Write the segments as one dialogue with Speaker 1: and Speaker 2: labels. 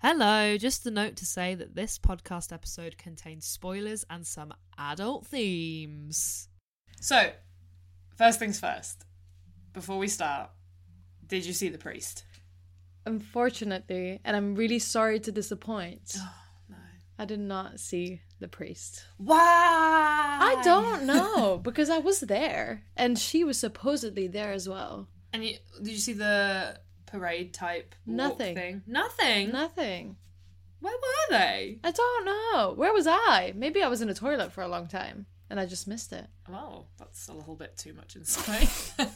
Speaker 1: Hello, just a note to say that this podcast episode contains spoilers and some adult themes.
Speaker 2: So, first things first. Before we start, did you see the priest?
Speaker 3: Unfortunately, and I'm really sorry to disappoint.
Speaker 2: Oh,
Speaker 3: I did not see the priest.
Speaker 2: Why?
Speaker 3: I don't know because I was there and she was supposedly there as well.
Speaker 2: And you, did you see the parade type walk
Speaker 3: Nothing.
Speaker 2: thing? Nothing.
Speaker 3: Nothing.
Speaker 2: Where were they?
Speaker 3: I don't know. Where was I? Maybe I was in a toilet for a long time and I just missed it.
Speaker 2: Oh, that's a little bit too much insight.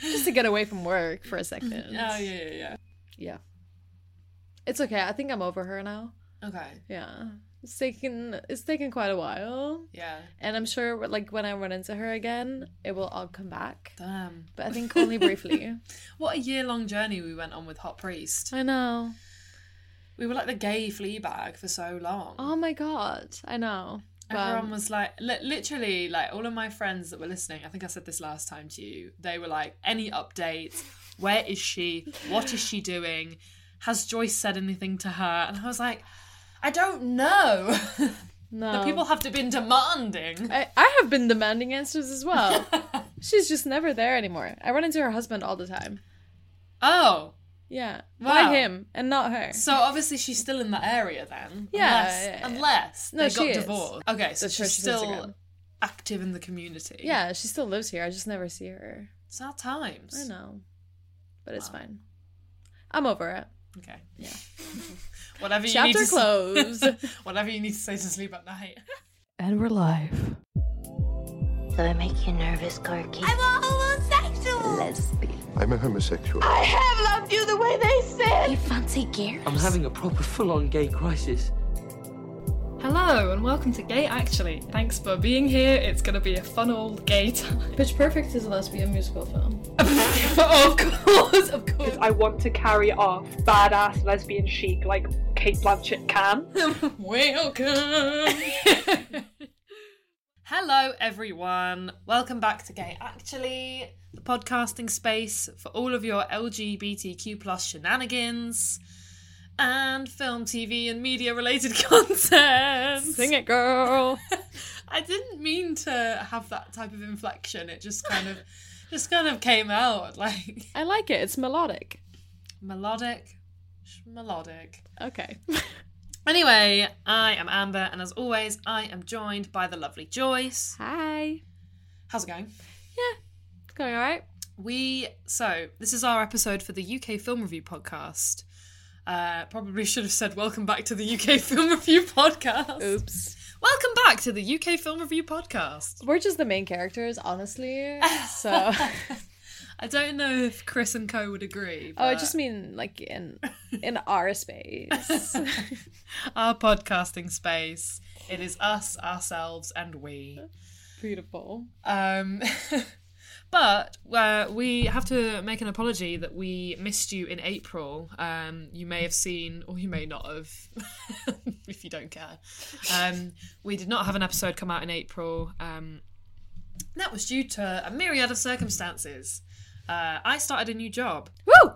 Speaker 3: Just to get away from work for a second.
Speaker 2: oh yeah, yeah, yeah.
Speaker 3: Yeah. It's okay. I think I'm over her now.
Speaker 2: Okay.
Speaker 3: Yeah. It's taken it's taken quite a while.
Speaker 2: Yeah.
Speaker 3: And I'm sure like when I run into her again, it will all come back.
Speaker 2: Damn.
Speaker 3: But I think only briefly.
Speaker 2: What a year long journey we went on with Hot Priest.
Speaker 3: I know.
Speaker 2: We were like the gay flea bag for so long.
Speaker 3: Oh my god. I know. But
Speaker 2: Everyone was like, li- literally, like all of my friends that were listening. I think I said this last time to you. They were like, any updates? Where is she? What is she doing? Has Joyce said anything to her? And I was like, I don't know.
Speaker 3: no.
Speaker 2: the people have to been demanding.
Speaker 3: I, I have been demanding answers as well. She's just never there anymore. I run into her husband all the time.
Speaker 2: Oh,
Speaker 3: Yeah.
Speaker 2: Wow.
Speaker 3: Why him and not her?
Speaker 2: so obviously she's still in that area then.
Speaker 3: Yeah,
Speaker 2: Unless,
Speaker 3: yeah, yeah.
Speaker 2: unless
Speaker 3: No,
Speaker 2: they
Speaker 3: she
Speaker 2: got
Speaker 3: is.
Speaker 2: divorced. Okay, so
Speaker 3: That's her-
Speaker 2: she's
Speaker 3: she's
Speaker 2: still
Speaker 3: Instagram.
Speaker 2: active in the community.
Speaker 3: Yeah, she still lives here. I just never see her.
Speaker 2: Sad times.
Speaker 3: I know. But it's fine. I'm over it.
Speaker 2: Okay. Yeah. Whatever you need
Speaker 3: Chapter
Speaker 2: to s-
Speaker 3: closed.
Speaker 2: Whatever you need to say to sleep at night.
Speaker 1: And we're live.
Speaker 4: Do I make you nervous, Corky? I'm a homosexual! Lesbian.
Speaker 5: I'm a homosexual.
Speaker 4: I have loved you the way they said! You fancy Gary?
Speaker 6: I'm having a proper full on gay crisis.
Speaker 7: Hello and welcome to Gay Actually. Thanks for being here. It's going to be a fun old gay time.
Speaker 3: Pitch Perfect is a lesbian musical film.
Speaker 7: of course, of course.
Speaker 6: I want to carry off badass lesbian chic like Kate Blanchett can.
Speaker 2: Welcome. Hello, everyone. Welcome back to Gay Actually, the podcasting space for all of your LGBTQ plus shenanigans and film, TV, and media related content.
Speaker 3: Sing it, girl.
Speaker 2: I didn't mean to have that type of inflection. It just kind of, just kind of came out like
Speaker 3: I like it. It's melodic.
Speaker 2: melodic, sh- melodic.
Speaker 3: Okay.
Speaker 2: Anyway, I am Amber, and as always, I am joined by the lovely Joyce.
Speaker 3: Hi.
Speaker 2: How's it going?
Speaker 3: Going all right?
Speaker 2: We so this is our episode for the UK Film Review podcast. Uh, probably should have said welcome back to the UK Film Review podcast.
Speaker 3: Oops.
Speaker 2: Welcome back to the UK Film Review podcast.
Speaker 3: We're just the main characters, honestly. So, oh,
Speaker 2: I don't know if Chris and Co would agree.
Speaker 3: oh, I
Speaker 2: but
Speaker 3: just mean like in in our space.
Speaker 2: our podcasting space. It is us, ourselves, and we.
Speaker 3: Beautiful.
Speaker 2: Um, But uh, we have to make an apology that we missed you in April. Um, you may have seen, or you may not have, if you don't care. Um, we did not have an episode come out in April. Um, that was due to a myriad of circumstances. Uh, I started a new job.
Speaker 3: Woo!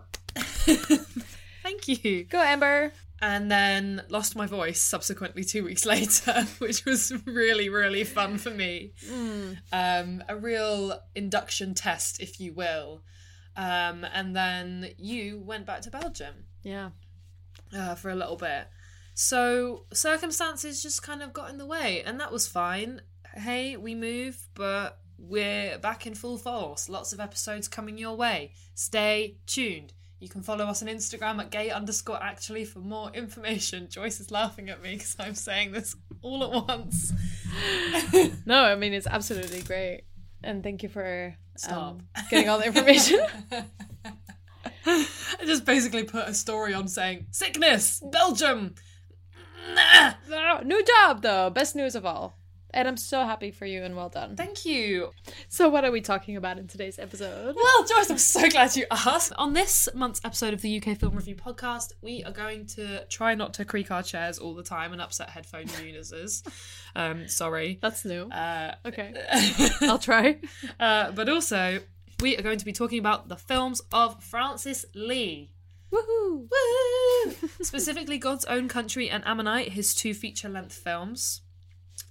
Speaker 2: Thank you.
Speaker 3: Go, Amber.
Speaker 2: And then lost my voice subsequently two weeks later, which was really, really fun for me. Um, a real induction test, if you will. Um, and then you went back to Belgium
Speaker 3: Yeah.
Speaker 2: uh, for a little bit. So circumstances just kind of got in the way, and that was fine. Hey, we move, but we're back in full force. Lots of episodes coming your way. Stay tuned. You can follow us on Instagram at gay underscore actually for more information. Joyce is laughing at me because I'm saying this all at once.
Speaker 3: No, I mean it's absolutely great, and thank you for
Speaker 2: Stop.
Speaker 3: um, getting all the information.
Speaker 2: I just basically put a story on saying sickness, Belgium.
Speaker 3: Wow, New job though, best news of all, and I'm so happy for you and well done.
Speaker 2: Thank you.
Speaker 3: So, what are we talking about in today's episode?
Speaker 2: Well, Joyce, I'm so glad you asked. On this month's episode of the UK Film Review Podcast, we are going to try not to creak our chairs all the time and upset headphone users. Um, sorry.
Speaker 3: That's new.
Speaker 2: Uh,
Speaker 3: okay, I'll try.
Speaker 2: uh, but also, we are going to be talking about the films of Francis Lee.
Speaker 3: Woohoo!
Speaker 2: Woo! Specifically, God's Own Country and Ammonite, his two feature length films.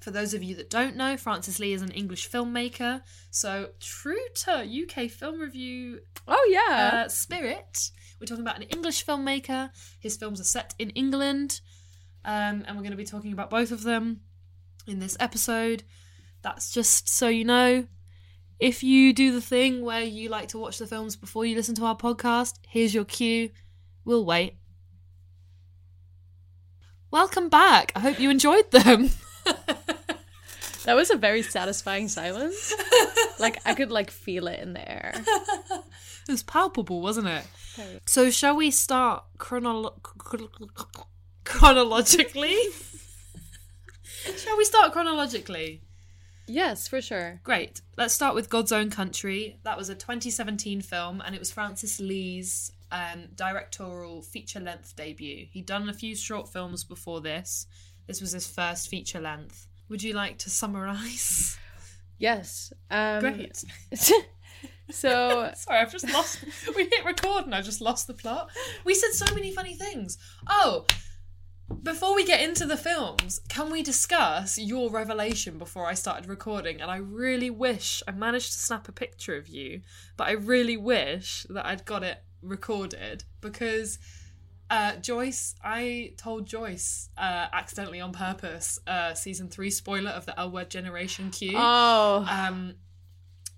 Speaker 2: For those of you that don't know, Francis Lee is an English filmmaker. So, true to UK film review
Speaker 3: Oh yeah,
Speaker 2: uh, spirit, we're talking about an English filmmaker. His films are set in England, um, and we're going to be talking about both of them in this episode. That's just so you know. If you do the thing where you like to watch the films before you listen to our podcast, here's your cue. We'll wait. Welcome back. I hope you enjoyed them.
Speaker 3: that was a very satisfying silence. like I could like feel it in the air.
Speaker 2: It was palpable, wasn't it? So, shall we start chronolo- chronologically? shall we start chronologically?
Speaker 3: Yes, for sure.
Speaker 2: Great. Let's start with God's Own Country. That was a 2017 film, and it was Francis Lee's um, directorial feature-length debut. He'd done a few short films before this. This was his first feature-length. Would you like to summarise?
Speaker 3: Yes. Um,
Speaker 2: Great.
Speaker 3: so
Speaker 2: Sorry, I've just lost. we hit record and I've just lost the plot. We said so many funny things. Oh, before we get into the films, can we discuss your revelation before I started recording? And I really wish I managed to snap a picture of you, but I really wish that I'd got it recorded because. Uh, Joyce, I told Joyce uh, accidentally on purpose uh, season three spoiler of the L Word Generation Q
Speaker 3: oh
Speaker 2: um,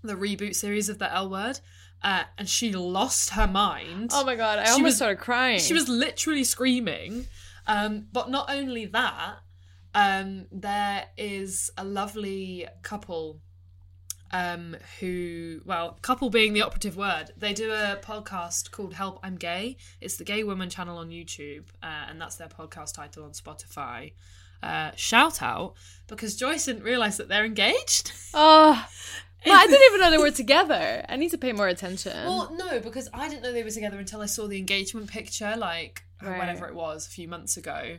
Speaker 2: the reboot series of the L Word, uh, and she lost her mind.
Speaker 3: oh my god, I
Speaker 2: She
Speaker 3: almost
Speaker 2: was-
Speaker 3: started crying.
Speaker 2: She was literally screaming. Um, but not only that, um, there is a lovely couple um, who, well, couple being the operative word, they do a podcast called Help I'm Gay. It's the Gay Woman channel on YouTube, uh, and that's their podcast title on Spotify. Uh, shout out because Joyce didn't realize that they're engaged.
Speaker 3: Oh, well, I didn't even know they were together. I need to pay more attention.
Speaker 2: Well, no, because I didn't know they were together until I saw the engagement picture, like
Speaker 3: Right.
Speaker 2: whenever it was, a few months ago.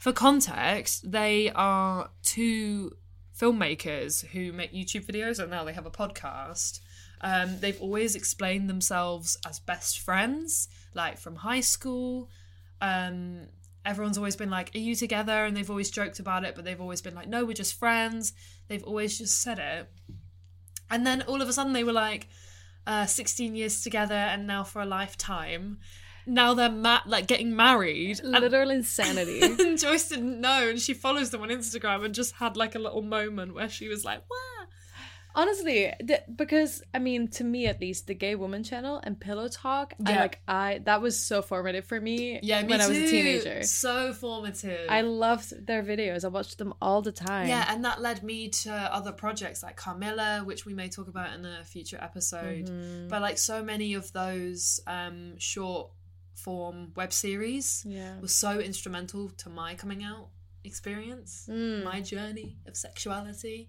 Speaker 2: For context, they are two filmmakers who make YouTube videos and now they have a podcast. Um, they've always explained themselves as best friends, like from high school. Um, everyone's always been like, Are you together? And they've always joked about it, but they've always been like, No, we're just friends. They've always just said it. And then all of a sudden they were like, uh, 16 years together and now for a lifetime. Now they're ma- like getting married. And,
Speaker 3: Literal insanity.
Speaker 2: and Joyce didn't know, and she follows them on Instagram and just had like a little moment where she was like, "Wow,
Speaker 3: Honestly, th- because I mean, to me at least, the Gay Woman Channel and Pillow Talk, I
Speaker 2: Yeah.
Speaker 3: like, I that was so formative for me. when I was a teenager,
Speaker 2: so formative."
Speaker 3: I loved their videos. I watched them all the time.
Speaker 2: yeah, and that led me to other projects like Carmilla, which we may talk about in a future episode.
Speaker 3: Mm-hmm.
Speaker 2: But like so many of those um, short form web series
Speaker 3: Yeah.
Speaker 2: was so instrumental to my coming out experience, my journey of sexuality.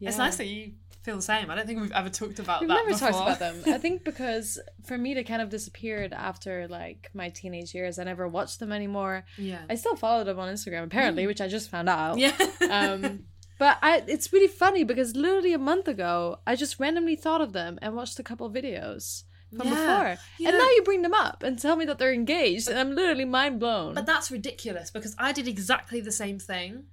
Speaker 2: It's
Speaker 3: Mm. Yeah.
Speaker 2: nice that you feel the same. I don't think we've ever talked about
Speaker 3: We've
Speaker 2: that.
Speaker 3: never
Speaker 2: before.
Speaker 3: talked about them. I think because for me, they kind of disappeared after like my teenage years. I never watched them anymore.
Speaker 2: Yeah.
Speaker 3: I still followed them on Instagram apparently,
Speaker 2: Mm.
Speaker 3: which I just found out.
Speaker 2: Yeah.
Speaker 3: um, but I, it's really funny because literally a month ago, I just randomly thought of them and watched a couple videos from
Speaker 2: Yeah.
Speaker 3: before,
Speaker 2: You
Speaker 3: and
Speaker 2: know-
Speaker 3: now you bring them up and tell me that they're engaged, and I'm literally mind blown.
Speaker 2: But that's ridiculous because I did exactly the same thing.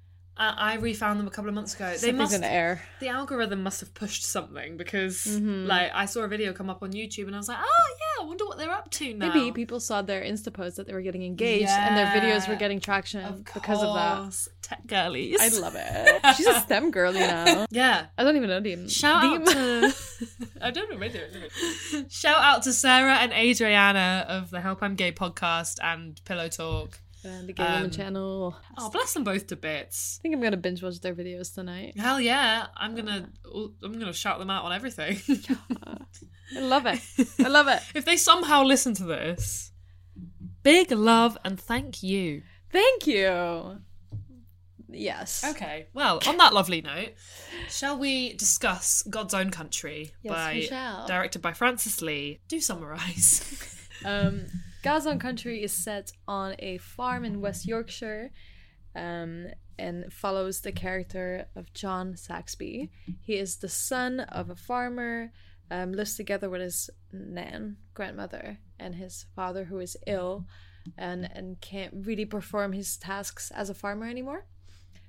Speaker 2: I, I refound them a couple of months ago. They
Speaker 3: Something's
Speaker 2: must
Speaker 3: in the air.
Speaker 2: The algorithm must have pushed something because,
Speaker 3: Mhm.
Speaker 2: like, I saw a video come up on YouTube and I was like, oh yeah, I wonder what they're up to now.
Speaker 3: Maybe people saw their Insta posts that they were getting engaged and their videos were
Speaker 2: Yeah.
Speaker 3: getting traction because of that.
Speaker 2: course. Tech girlies.
Speaker 3: I love it. She's a STEM girly now.
Speaker 2: Yeah.
Speaker 3: I don't even know the
Speaker 2: Shout out
Speaker 3: the-
Speaker 2: to I don't know where they're- Shout out to Sarah and Adriana of the Help I'm Gay podcast and Pillow Talk.
Speaker 3: And the Gay Woman
Speaker 2: Um,
Speaker 3: channel. I
Speaker 2: Oh, bless them both to bits.
Speaker 3: think I'm gonna binge watch their videos tonight.
Speaker 2: Hell yeah, I'm gonna I'm gonna shout them out on everything.
Speaker 3: I love it. I love it.
Speaker 2: if they somehow listen to this, big love and thank you.
Speaker 3: Thank you. Yes.
Speaker 2: Okay, well, on that lovely note, shall we discuss God's Own Country
Speaker 3: Yes,
Speaker 2: by
Speaker 3: we shall.
Speaker 2: directed by Francis Lee? Do summarize.
Speaker 3: Um, God's Own Country is set on a farm in West Yorkshire, um, and follows the character of John Saxby. He is the son of a farmer, um, lives together with his nan, grandmother, and his father who is ill, and and can't really perform his tasks as a farmer anymore.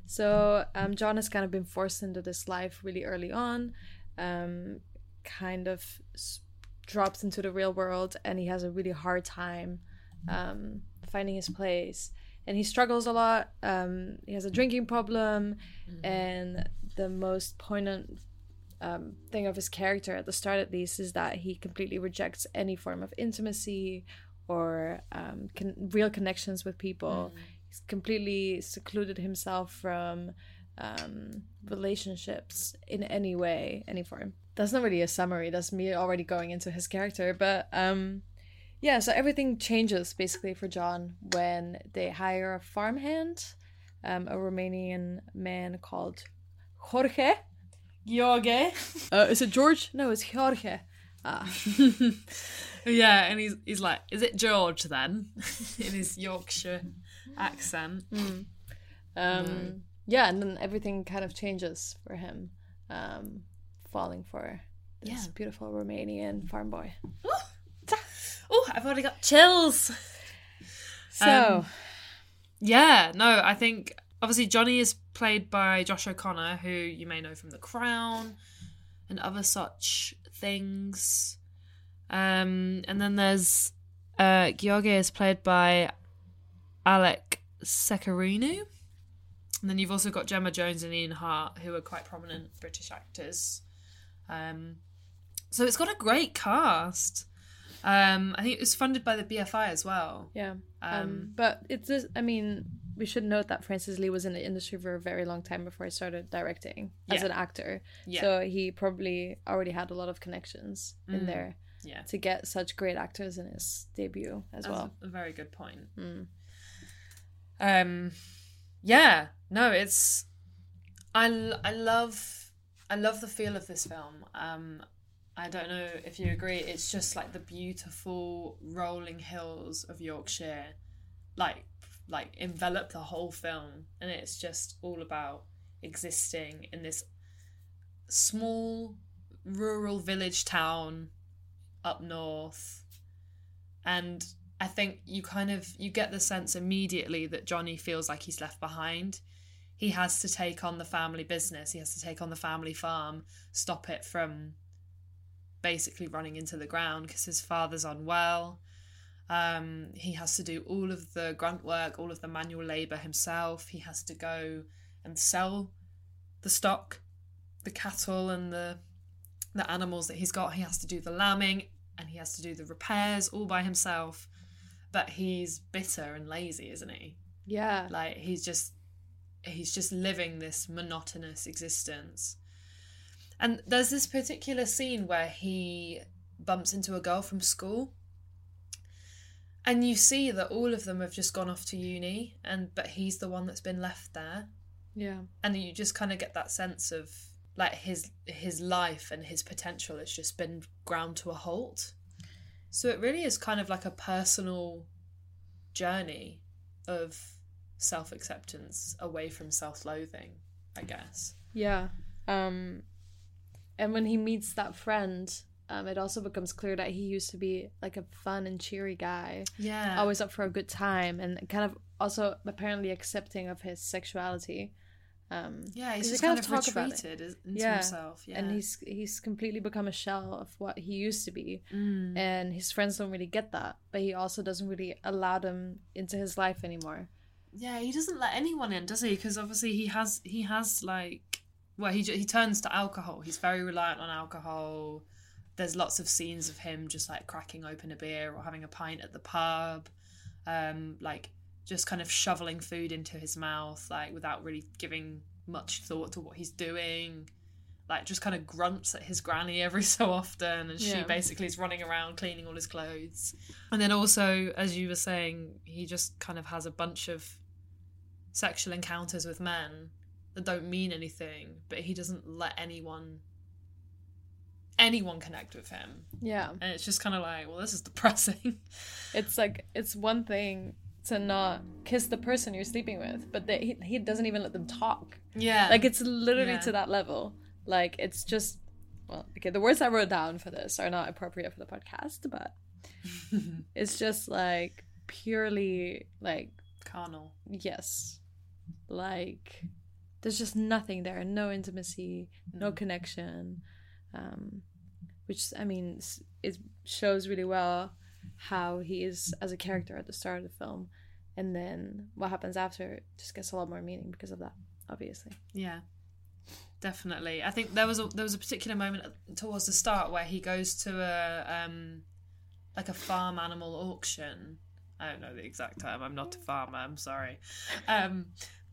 Speaker 3: So um, John has kind of been forced into this life really early on, um, kind of s- drops into the real world, and he has a really hard time um, finding his place. And he struggles a lot. Um, he has a drinking problem, and the most poignant um, thing of his character at the start, at least, is that he completely rejects any form of intimacy or um, con- real connections with people. He's completely secluded himself from um, relationships in any way, any form. That's not really a summary. That's me already going into his character, but um, yeah. So everything changes basically for John when they hire a farmhand, um, a Romanian man called Jorge.
Speaker 2: Jorge.
Speaker 3: Uh, is it George? No, it's Jorge. Ah.
Speaker 2: Yeah, and he's he's like, is it George then? In his Yorkshire accent.
Speaker 3: Mm. Um,
Speaker 2: Mm-hmm.
Speaker 3: Yeah, and then everything kind of changes for him, um, falling for this
Speaker 2: Yeah. Um,
Speaker 3: beautiful Romanian farm boy.
Speaker 2: Oh, I've already got chills.
Speaker 3: So,
Speaker 2: Yeah, no, I think obviously Johnny is played by Josh O'Connor, who you may know from The Crown and other such things. Um, and then there's uh, Gheorghe is played by Alec Secarinu. And then you've also got Gemma Jones and Ian Hart, who are quite prominent British actors. Um, so it's got a great cast. Um, I think it was funded by the BFI as well.
Speaker 3: yeah, um,
Speaker 2: Um,
Speaker 3: but it's just, I mean, we should note that Francis Lee was in the industry for a very long time before he started directing as
Speaker 2: Yeah.
Speaker 3: an actor.
Speaker 2: Yeah.
Speaker 3: So he probably already had a lot of connections in
Speaker 2: Mm.
Speaker 3: there
Speaker 2: Yeah.
Speaker 3: to get such great actors in his debut as
Speaker 2: That's
Speaker 3: well.
Speaker 2: a very good point.
Speaker 3: Mm.
Speaker 2: Um, yeah, no, it's I l- I love I love the feel of this film. Um, I don't know if you agree. It's just like the beautiful rolling hills of Yorkshire, like like envelop the whole film, and it's just all about existing in this small rural village town up north and i think you kind of you get the sense immediately that johnny feels like he's left behind he has to take on the family business he has to take on the family farm stop it from basically running into the ground because his father's unwell um, he has to do all of the grunt work all of the manual labor himself he has to go and sell the stock the cattle and the the animals that he's got. He has to do the lambing and he has to do the repairs all by himself. But he's bitter and lazy, isn't he?
Speaker 3: Yeah.
Speaker 2: Like he's just he's just living this monotonous existence. And there's this particular scene where he bumps into a girl from school. And you see that all of them have just gone off to uni and but he's the one that's been left there
Speaker 3: Yeah.
Speaker 2: and you just kind of get that sense of like his his life and his potential has just been ground to a halt. So it really is kind of like a personal journey of self acceptance away from self loathing, I guess.
Speaker 3: Yeah. Um and when he meets that friend, um, it also becomes clear that he used to be like a fun and cheery guy.
Speaker 2: Yeah.
Speaker 3: Always up for a good time and kind of also apparently accepting of his sexuality. Um,
Speaker 2: Yeah, he's
Speaker 3: 'cause they
Speaker 2: just kind of
Speaker 3: talk about it.
Speaker 2: retreated is- into himself,
Speaker 3: And
Speaker 2: yeah.
Speaker 3: he's he's completely become a shell of what he used to be.
Speaker 2: Mm.
Speaker 3: And his friends don't really get that, but he also doesn't really allow them into his life anymore.
Speaker 2: Yeah, he doesn't let anyone in, does he? Because obviously he has he has like well he ju- he turns to alcohol. He's very reliant on alcohol. There's lots of scenes of him just like cracking open a beer or having a pint at the pub, um, like just kind of shoveling food into his mouth, like without really giving much thought to what he's doing. Like just kind of grunts at his granny every so often, and she
Speaker 1: Yeah.
Speaker 2: basically is running around cleaning all his clothes. And then also, as you were saying, he just kind of has a bunch of sexual encounters with men that don't mean anything, but he doesn't let anyone anyone connect with him.
Speaker 3: Yeah.
Speaker 2: And it's just kind of like, well, this is depressing.
Speaker 3: It's like it's one thing to not kiss the person you're sleeping with, but they, he, he doesn't even let them talk.
Speaker 2: Yeah.
Speaker 3: Like it's literally
Speaker 2: Yeah.
Speaker 3: to that level. Like it's just well, okay, the words I wrote down for this are not appropriate for the podcast, but it's just like purely like
Speaker 2: carnal.
Speaker 3: Yes. Like there's just nothing there, no intimacy,
Speaker 2: Mm.
Speaker 3: no connection. Um which I mean, s- it shows really well how he is as a character at the start of the film, and then what happens after just gets a lot more meaning because of that, obviously.
Speaker 2: Yeah, definitely. I think there was a there was a particular moment towards the start where he goes to a um like a farm animal auction. I don't know the exact time. I'm not a farmer. I'm sorry, um,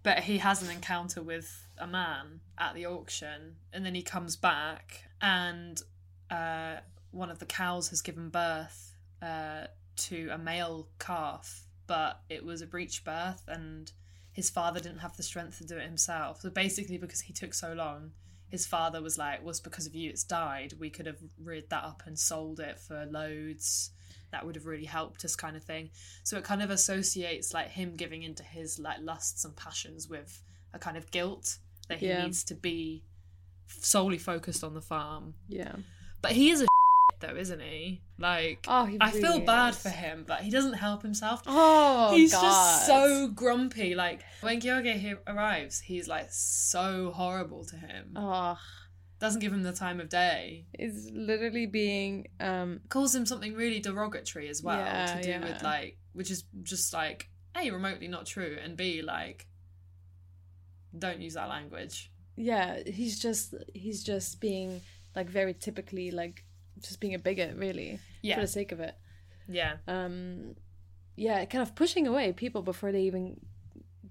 Speaker 2: but he has an encounter with a man at the auction, and then he comes back, and uh, one of the cows has given birth uh, to a male calf, but it was a breech birth, and his father didn't have the strength to do it himself. So basically, because he took so long, his father was like, "Was because of you, it's died. We could have reared that up and sold it for loads. That would have really helped us, kind of thing." So it kind of associates like him giving into his like lusts and passions with a kind of guilt that he
Speaker 3: Yeah.
Speaker 2: needs to be solely focused on the farm.
Speaker 3: Yeah.
Speaker 2: But he is a though, isn't he? Like,
Speaker 3: Oh, he
Speaker 2: I feel
Speaker 3: really
Speaker 2: bad for him, but he doesn't help himself.
Speaker 3: Oh,
Speaker 2: he's
Speaker 3: God.
Speaker 2: just so grumpy. Like when Gyoge here arrives, he's like so horrible to him.
Speaker 3: Oh.
Speaker 2: Doesn't give him the time of day.
Speaker 3: Is literally being um
Speaker 2: Calls him something really derogatory as well
Speaker 3: Yeah,
Speaker 2: to do
Speaker 3: yeah.
Speaker 2: with like, which is just like a remotely not true, and b like, don't use that language.
Speaker 3: yeah he's just he's just being like very typically like just being a bigot really
Speaker 2: Yeah.
Speaker 3: for the sake of it
Speaker 2: Yeah.
Speaker 3: um yeah kind of pushing away people before they even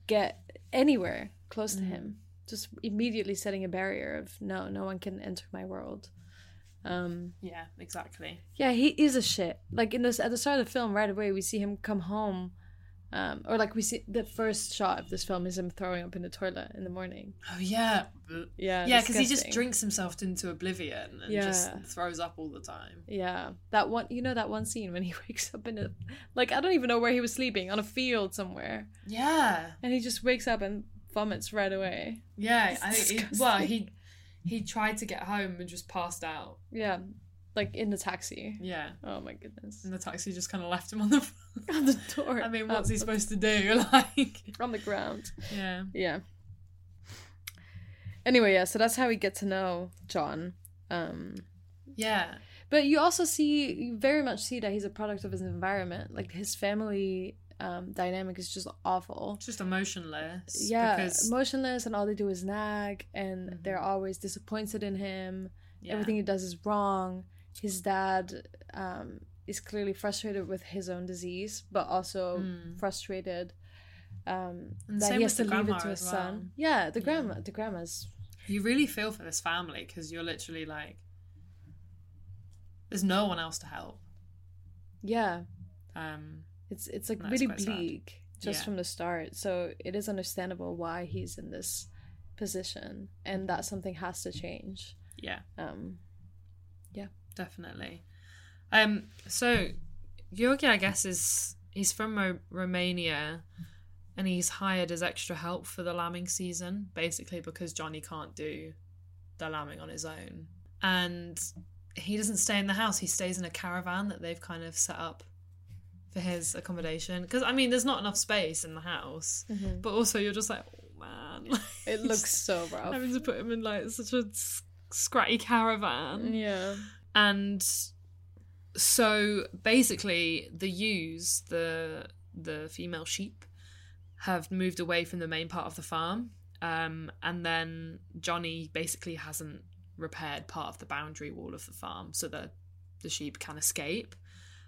Speaker 3: get anywhere close to him just immediately setting a barrier of no no one can enter my world um
Speaker 2: Yeah, exactly.
Speaker 3: yeah, he is a shit. Like in this at the start of the film, right away we see him come home, um, or like we see the first shot of this film is him throwing up in the toilet in the morning.
Speaker 2: Oh yeah,
Speaker 3: yeah,
Speaker 2: yeah, because he just
Speaker 3: Uh, disgusting.
Speaker 2: drinks himself into oblivion and just
Speaker 3: Yeah.
Speaker 2: throws up all the time.
Speaker 3: Yeah, that one. You know that one scene when he wakes up in a, like I don't even know where he was sleeping on a field somewhere.
Speaker 2: Yeah.
Speaker 3: and he just wakes up and vomits right away.
Speaker 2: Yeah,
Speaker 3: It's
Speaker 2: I think he, well, he he tried to get home and just passed out.
Speaker 3: Yeah, like in the taxi.
Speaker 2: Yeah.
Speaker 3: Oh my goodness.
Speaker 2: And the taxi just kind of left him on the
Speaker 3: on the door. Um, Oh.
Speaker 2: I mean, what's he supposed to do? Like
Speaker 3: on the ground.
Speaker 2: Yeah.
Speaker 3: Yeah. Anyway, yeah, so that's how we get to know John. Um
Speaker 2: Yeah.
Speaker 3: But you also see you very much see that he's a product of his environment. Like his family um dynamic is just awful.
Speaker 2: Just emotionless.
Speaker 3: Yeah,
Speaker 2: Because
Speaker 3: motionless and all they do is nag and they're always disappointed in him.
Speaker 2: Yeah.
Speaker 3: Everything he does is wrong. His dad um is clearly frustrated with his own disease, but also
Speaker 2: Mm.
Speaker 3: frustrated um
Speaker 2: And
Speaker 3: that
Speaker 2: same
Speaker 3: he has to
Speaker 2: with the
Speaker 3: leave it
Speaker 2: grandma
Speaker 3: to
Speaker 2: as
Speaker 3: his son.
Speaker 2: well.
Speaker 3: Yeah, the grandma the grandma's
Speaker 2: you really feel for this family because you're literally like, there's no one else to help.
Speaker 3: Yeah.
Speaker 2: Um,
Speaker 3: It's it's like
Speaker 2: and that's
Speaker 3: really
Speaker 2: quite sad.
Speaker 3: bleak just
Speaker 2: Yeah.
Speaker 3: from the start. So it is understandable why he's in this position and that something has to change.
Speaker 2: Yeah.
Speaker 3: Um yeah.
Speaker 2: Definitely. Um, so Georgi, I guess, is he's from Ro- Romania, and he's hired as extra help for the lambing season, basically because Johnny can't do the lambing on his own, and he doesn't stay in the house. He stays in a caravan that they've kind of set up for his accommodation. Because I mean, there's not enough space in the house,
Speaker 3: Mhm.
Speaker 2: but also you're just like, oh man,
Speaker 3: It looks so rough.
Speaker 2: having to put him in like such a s- scratty caravan.
Speaker 3: Yeah.
Speaker 2: And so basically, the ewes, the the female sheep, have moved away from the main part of the farm, um, and then Johnny basically hasn't repaired part of the boundary wall of the farm so that the sheep can escape.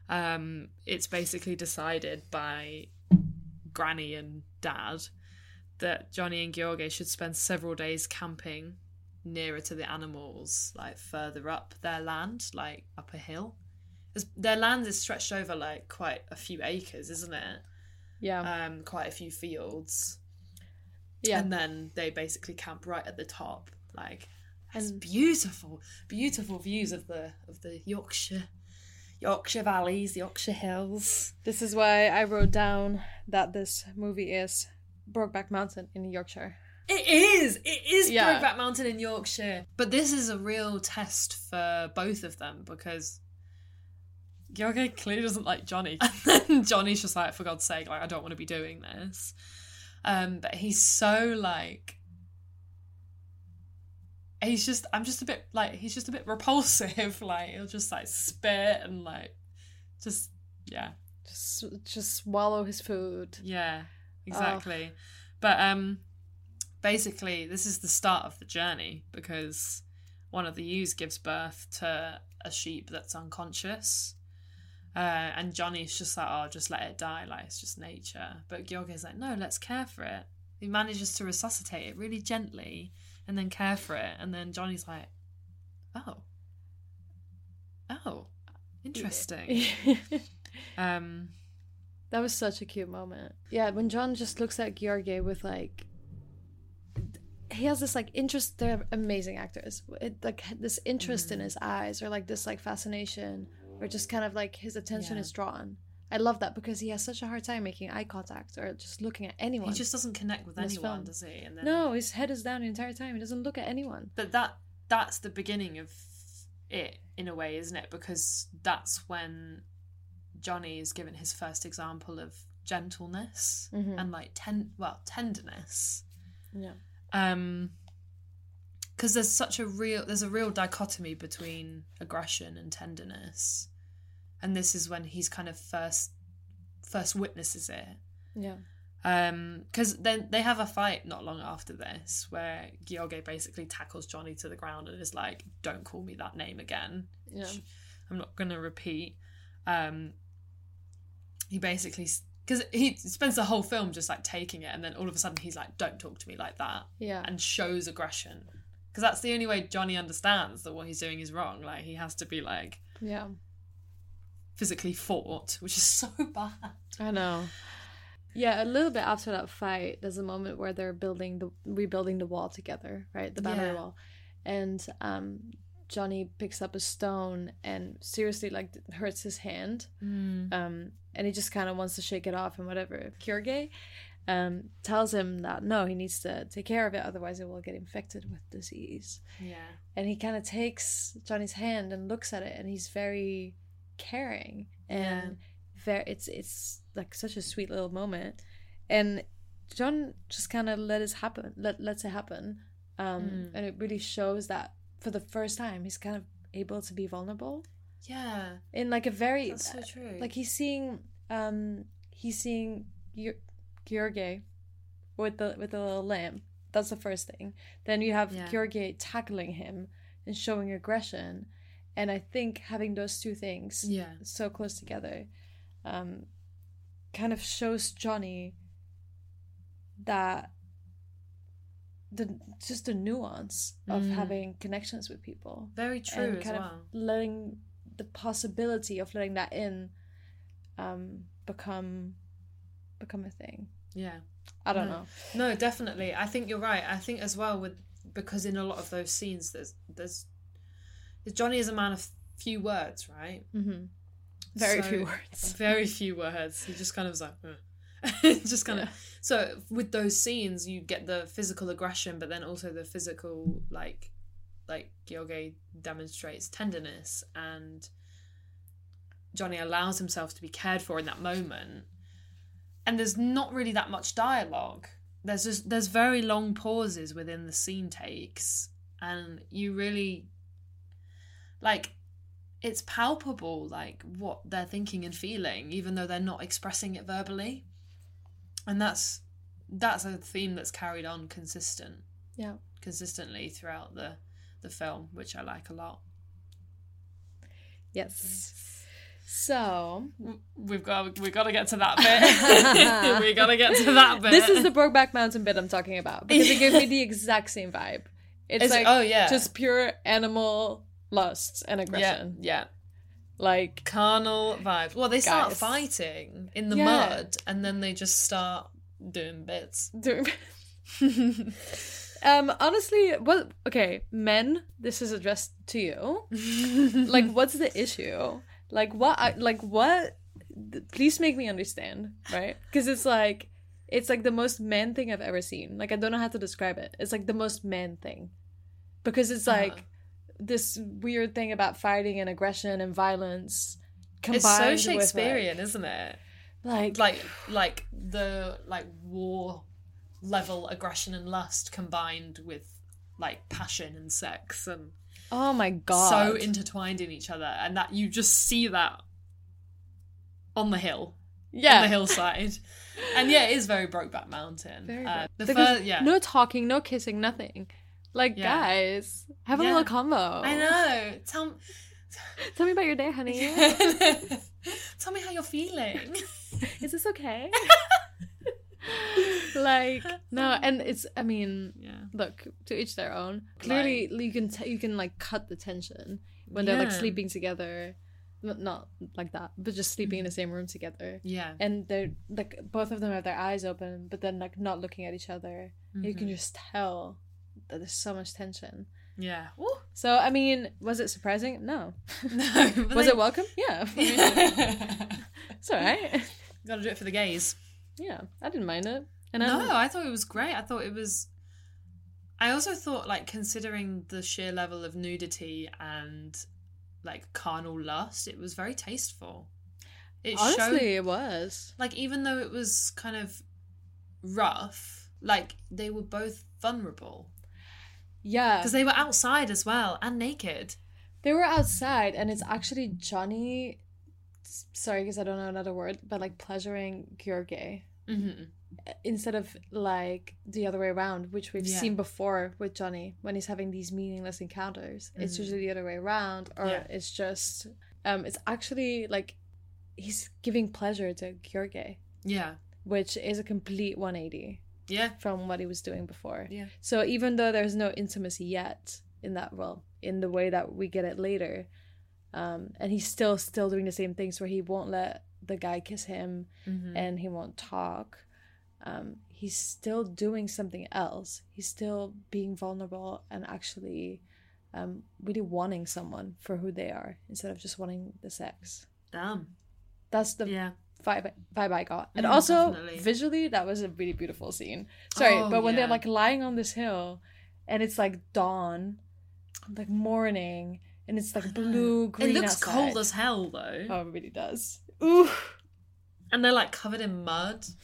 Speaker 2: Um, it's basically decided by Granny and Dad that Johnny and George should spend several days camping nearer to the animals, like further up their land, like up a hill. 'Cause Their land is stretched over like quite a few acres, isn't it?
Speaker 3: Yeah.
Speaker 2: Um, quite a few fields.
Speaker 3: Yeah.
Speaker 2: And then they basically camp right at the top, like has beautiful, beautiful views of the of the Yorkshire, Yorkshire valleys, Yorkshire hills.
Speaker 3: This is why I wrote down that this movie is Brokeback Mountain in Yorkshire.
Speaker 2: It is. It is
Speaker 3: Yeah.
Speaker 2: Brokeback Mountain in Yorkshire. But this is a real test for both of them because Yoga clearly doesn't like Johnny. And then Johnny's just like, for God's sake, like I don't want to be doing this. Um, but he's so like he's just I'm just a bit like he's just a bit repulsive. Like he'll just like spit and like just yeah.
Speaker 3: Just just swallow his food.
Speaker 2: Yeah,
Speaker 3: Oh.
Speaker 2: exactly. But um basically this is the start of the journey because one of the ewes gives birth to a sheep that's unconscious. Uh, and Johnny's just like, oh, just let it die, like it's just nature. But George's like, no, let's care for it. He manages to resuscitate it really gently and then care for it. And then Johnny's like, oh, oh, interesting. um,
Speaker 3: That was such a cute moment. Yeah, when John just looks at Georgie with like, he has this like interest. They're amazing actors. It, like this interest
Speaker 2: Mm-hmm.
Speaker 3: in his eyes, or like this like fascination, or just kind of like his attention
Speaker 2: Yeah.
Speaker 3: is drawn. I love that because he has such a hard time making eye contact or just looking at anyone.
Speaker 2: He just doesn't connect with
Speaker 3: in this
Speaker 2: anyone,
Speaker 3: film.
Speaker 2: does he? And then,
Speaker 3: No, his head is down the entire time. He doesn't look at anyone.
Speaker 2: But that that's the beginning of it in a way, isn't it? Because that's when Johnny is given his first example of gentleness
Speaker 3: Mhm.
Speaker 2: and like ten well tenderness.
Speaker 3: Yeah.
Speaker 2: Um because there's such a real there's a real dichotomy between aggression and tenderness. And this is when he's kind of first first witnesses it.
Speaker 3: Yeah.
Speaker 2: Um, because then they have a fight not long after this where Gyoge basically tackles Johnny to the ground and is like, "Don't call me that name again.
Speaker 3: Yeah.
Speaker 2: I'm not gonna repeat." Um, he basically because he spends the whole film just like taking it, and then all of a sudden he's like, "Don't talk to me like that,"
Speaker 3: Yeah.
Speaker 2: and shows aggression because that's the only way Johnny understands that what he's doing is wrong. Like he has to be like
Speaker 3: Yeah.
Speaker 2: physically fought, which is so bad.
Speaker 3: I know. Yeah, a little bit after that fight, there's a moment where they're building the rebuilding the wall together, right? The boundary
Speaker 2: Yeah.
Speaker 3: wall, and um, Johnny picks up a stone and seriously like hurts his hand,
Speaker 2: Mm.
Speaker 3: um, and he just kind of wants to shake it off and whatever. Kyrgyz um, tells him that no, he needs to take care of it, otherwise it will get infected with disease.
Speaker 2: Yeah.
Speaker 3: And he kind of takes Johnny's hand and looks at it, and he's very caring and very. It's it's like such a sweet little moment, and John just kind of let it happen. Let lets it happen, um,
Speaker 2: Mm.
Speaker 3: and it really shows that for the first time he's kind of able to be vulnerable
Speaker 2: Yeah.
Speaker 3: in like a very
Speaker 2: That's so true.
Speaker 3: like he's seeing um he's seeing Gyor- Gyorge with the with the little lamp. That's the first thing. Then you have
Speaker 2: Yeah.
Speaker 3: Gyorge tackling him and showing aggression, and I think having those two things
Speaker 2: Yeah.
Speaker 3: so close together, um, kind of shows Johnny that the just the nuance of
Speaker 2: Mm.
Speaker 3: having connections with people
Speaker 2: Very true
Speaker 3: and
Speaker 2: as
Speaker 3: kind
Speaker 2: well.
Speaker 3: of letting the possibility of letting that in um become become a thing
Speaker 2: Yeah.
Speaker 3: I don't
Speaker 2: No.
Speaker 3: know.
Speaker 2: No, definitely. I think you're right. I think as well with because in a lot of those scenes there's there's Johnny is a man of few words, right?
Speaker 3: Mm-hmm. Very
Speaker 2: So-
Speaker 3: few words.
Speaker 2: Very few words. He just kind of was like, "Ugh." just kind of. So with those scenes, you get the physical aggression, but then also the physical like, like Gyoge demonstrates tenderness, and Johnny allows himself to be cared for in that moment. And there's not really that much dialogue. There's just there's very long pauses within the scene takes, and you really like it's palpable like what they're thinking and feeling even though they're not expressing it verbally and that's that's a theme that's carried on consistent
Speaker 3: Yeah.
Speaker 2: consistently throughout the the film which i like a lot
Speaker 3: Yes. So
Speaker 2: we've got we got to get to that bit we got to get to that bit
Speaker 3: This is the Brokeback Mountain bit I'm talking about because it gave me the exact same vibe. It's,
Speaker 2: It's-
Speaker 3: like
Speaker 2: oh, yeah.
Speaker 3: just pure animal lust and aggression.
Speaker 2: yeah
Speaker 3: Like
Speaker 2: carnal vibes well they start
Speaker 3: Guys.
Speaker 2: fighting in the
Speaker 3: Yeah.
Speaker 2: mud and then they just start doing bits
Speaker 3: doing. um, honestly, what? Okay, men, this is addressed to you. like, what's the issue? Like, what? I, like, what? th- Please make me understand, right? Because it's like, it's like the most man thing I've ever seen. Like, I don't know how to describe it. It's like the most man thing, because it's
Speaker 2: Uh-huh.
Speaker 3: like this weird thing about fighting and aggression and violence.
Speaker 2: it's
Speaker 3: combined
Speaker 2: so
Speaker 3: with, like-
Speaker 2: shakespearean isn't it
Speaker 3: like,
Speaker 2: like like the like war level aggression and lust combined with like passion and sex and
Speaker 3: oh my god,
Speaker 2: so intertwined in each other and that you just see that on the hill on
Speaker 3: yeah,
Speaker 2: the hillside and yeah it is very brokeback mountain
Speaker 3: Very
Speaker 2: Uh,
Speaker 3: good.
Speaker 2: the
Speaker 3: Because
Speaker 2: first yeah
Speaker 3: No talking, no kissing, nothing. Like
Speaker 2: Yeah.
Speaker 3: guys, have
Speaker 2: Yeah.
Speaker 3: a little combo.
Speaker 2: i know tell m-
Speaker 3: Tell me about your day, honey.
Speaker 2: tell me how you're feeling
Speaker 3: Is this okay? like no, and it's. I mean,
Speaker 2: yeah
Speaker 3: look to each their own. Clearly, you can t- you can like cut the tension when they're like
Speaker 2: Yeah.
Speaker 3: sleeping together, N- not like that, but just sleeping in the same room together.
Speaker 2: yeah
Speaker 3: And they're like both of them have their eyes open, but then like not looking at each other. You
Speaker 2: Mm-hmm.
Speaker 3: can just tell that there's so much tension.
Speaker 2: yeah Ooh.
Speaker 3: So I mean, was it surprising? No.
Speaker 2: no but
Speaker 3: was
Speaker 2: they-
Speaker 3: it welcome? Yeah. I mean, it's all right.
Speaker 2: gotta do it for the gays
Speaker 3: Yeah, I didn't mind it. And
Speaker 2: no,
Speaker 3: I,
Speaker 2: I thought it was great. I thought it was. I also thought, like, considering the sheer level of nudity and like carnal lust, it was very tasteful. It
Speaker 3: honestly,
Speaker 2: showed,
Speaker 3: it was.
Speaker 2: like, even though it was kind of rough, like they were both vulnerable
Speaker 3: Yeah,
Speaker 2: because they were outside as well and naked.
Speaker 3: they were outside, and it's actually Johnny. s- Sorry, because I don't know another word, but like pleasuring Gyorge
Speaker 2: Mm-hmm.
Speaker 3: instead of like the other way around, which we've
Speaker 2: Yeah.
Speaker 3: seen before with Johnny when he's having these meaningless encounters. It's
Speaker 2: Mhm.
Speaker 3: usually the other way around, or
Speaker 2: Yeah.
Speaker 3: it's just um, it's actually like he's giving pleasure to Gyorge.
Speaker 2: Yeah,
Speaker 3: which is a complete 180
Speaker 2: yeah,
Speaker 3: from what he was doing before.
Speaker 2: yeah,
Speaker 3: So even though there's no intimacy yet in that well, in the way that we get it later, um, and he's still still doing the same things where he won't let the guy kiss him
Speaker 2: Mm-hmm.
Speaker 3: and he won't talk. Um, he's still doing something else. He's still being vulnerable and actually um, really wanting someone for who they are instead of just wanting the sex.
Speaker 2: damn,
Speaker 3: That's the
Speaker 2: yeah.
Speaker 3: vibe vibe I got. And
Speaker 2: Mm,
Speaker 3: also
Speaker 2: definitely.
Speaker 3: visually, that was a really beautiful scene. Sorry,
Speaker 2: Oh,
Speaker 3: but when
Speaker 2: yeah.
Speaker 3: they're like lying on this hill, and it's like dawn, like morning, and it's like blue green.
Speaker 2: It looks
Speaker 3: outside.
Speaker 2: cold as hell though,
Speaker 3: Oh, it really does. Ooh,
Speaker 2: and they're like covered in mud.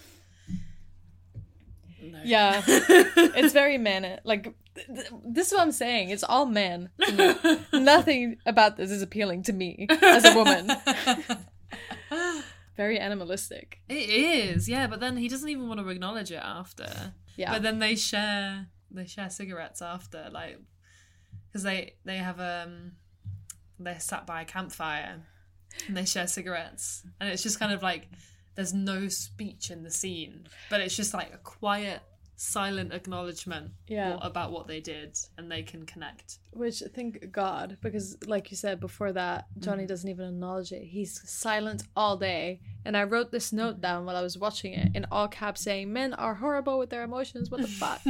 Speaker 2: No.
Speaker 3: yeah. it's very man. Like th- th- this is what I'm saying. It's all man. to me. Nothing about this is appealing to me as a woman. very animalistic.
Speaker 2: It is, yeah, but then he doesn't even want to acknowledge it after.
Speaker 3: Yeah.
Speaker 2: But then they share they share cigarettes after, like, because they they have um they're sat by a campfire and they share cigarettes, and it's just kind of like there's no speech in the scene, but it's just like a quiet silent acknowledgement
Speaker 3: Yeah.
Speaker 2: wha- about what they did and they can connect.
Speaker 3: Which thank God, because like you said before that,
Speaker 2: Mm-hmm.
Speaker 3: Johnny doesn't even acknowledge it. He's silent all day. And I wrote this
Speaker 2: Mm-hmm.
Speaker 3: note down while I was watching it in all caps saying, Men are horrible with their emotions, what the fuck?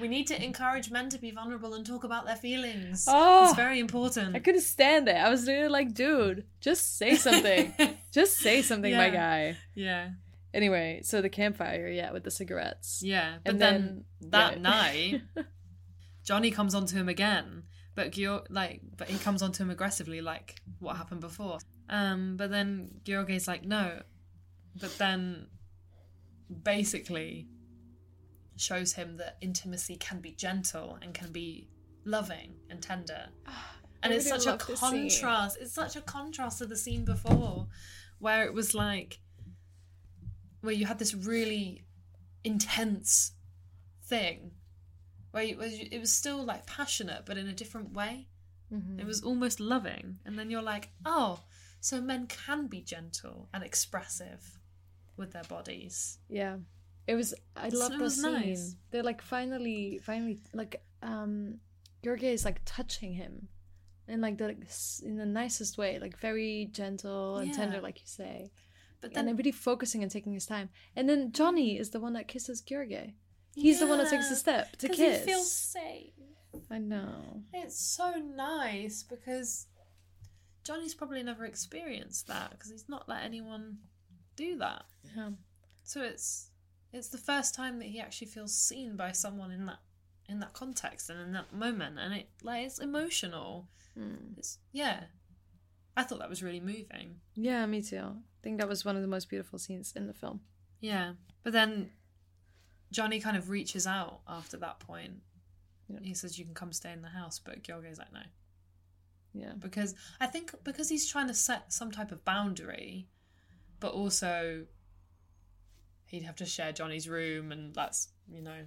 Speaker 2: We need to encourage men to be vulnerable and talk about their feelings.
Speaker 3: Oh.
Speaker 2: it's very important.
Speaker 3: I couldn't stand it. I was really like, dude, just say something. just say something, my
Speaker 2: Yeah.
Speaker 3: guy.
Speaker 2: Yeah.
Speaker 3: Anyway, so the campfire, yeah, with the cigarettes.
Speaker 2: Yeah, but
Speaker 3: And
Speaker 2: then,
Speaker 3: then-
Speaker 2: that
Speaker 3: yeah.
Speaker 2: night, Johnny comes onto him again, but Georg, like, but he comes onto him aggressively, like what happened before. Um, but then George's like, no, but then basically shows him that intimacy can be gentle and can be loving and tender. And
Speaker 3: I
Speaker 2: it's
Speaker 3: really
Speaker 2: such a
Speaker 3: love this scene.
Speaker 2: contrast. It's such a contrast to the scene before, where it was like, where you had this really intense thing, where you, where you- it was still like passionate, but in a different way.
Speaker 3: Mm-hmm.
Speaker 2: It was almost loving, and then you're like, oh, so men can be gentle and expressive with their bodies.
Speaker 3: Yeah. It was I
Speaker 2: So
Speaker 3: love
Speaker 2: it
Speaker 3: the
Speaker 2: was
Speaker 3: scene.
Speaker 2: nice.
Speaker 3: They're like finally finally like um Jorge is like touching him in like the like, s- in the nicest way, like very gentle and tender
Speaker 2: Yeah.
Speaker 3: like you say.
Speaker 2: But
Speaker 3: and
Speaker 2: then-
Speaker 3: really focusing and taking his time. And then Johnny is the one that kisses Jorge. He's the one that takes the
Speaker 2: Yeah,
Speaker 3: step to
Speaker 2: 'cause He
Speaker 3: kiss.
Speaker 2: feels safe.
Speaker 3: I know.
Speaker 2: It's so nice because Johnny's probably never experienced that because he's not let anyone do that.
Speaker 3: Yeah.
Speaker 2: So it's it's the first time that he actually feels seen by someone in that in that context and in that moment, and it like it's emotional.
Speaker 3: Hmm.
Speaker 2: It's yeah. I thought that was really moving.
Speaker 3: Yeah, me too. I think that was one of the most beautiful scenes in the film.
Speaker 2: Yeah. But then Johnny kind of reaches out after that point. He says, You can come stay in the house, but Gyorge's like, No.
Speaker 3: Yeah.
Speaker 2: Because I think because he's trying to set some type of boundary, but also he'd have to share Johnny's room, and that's, you know.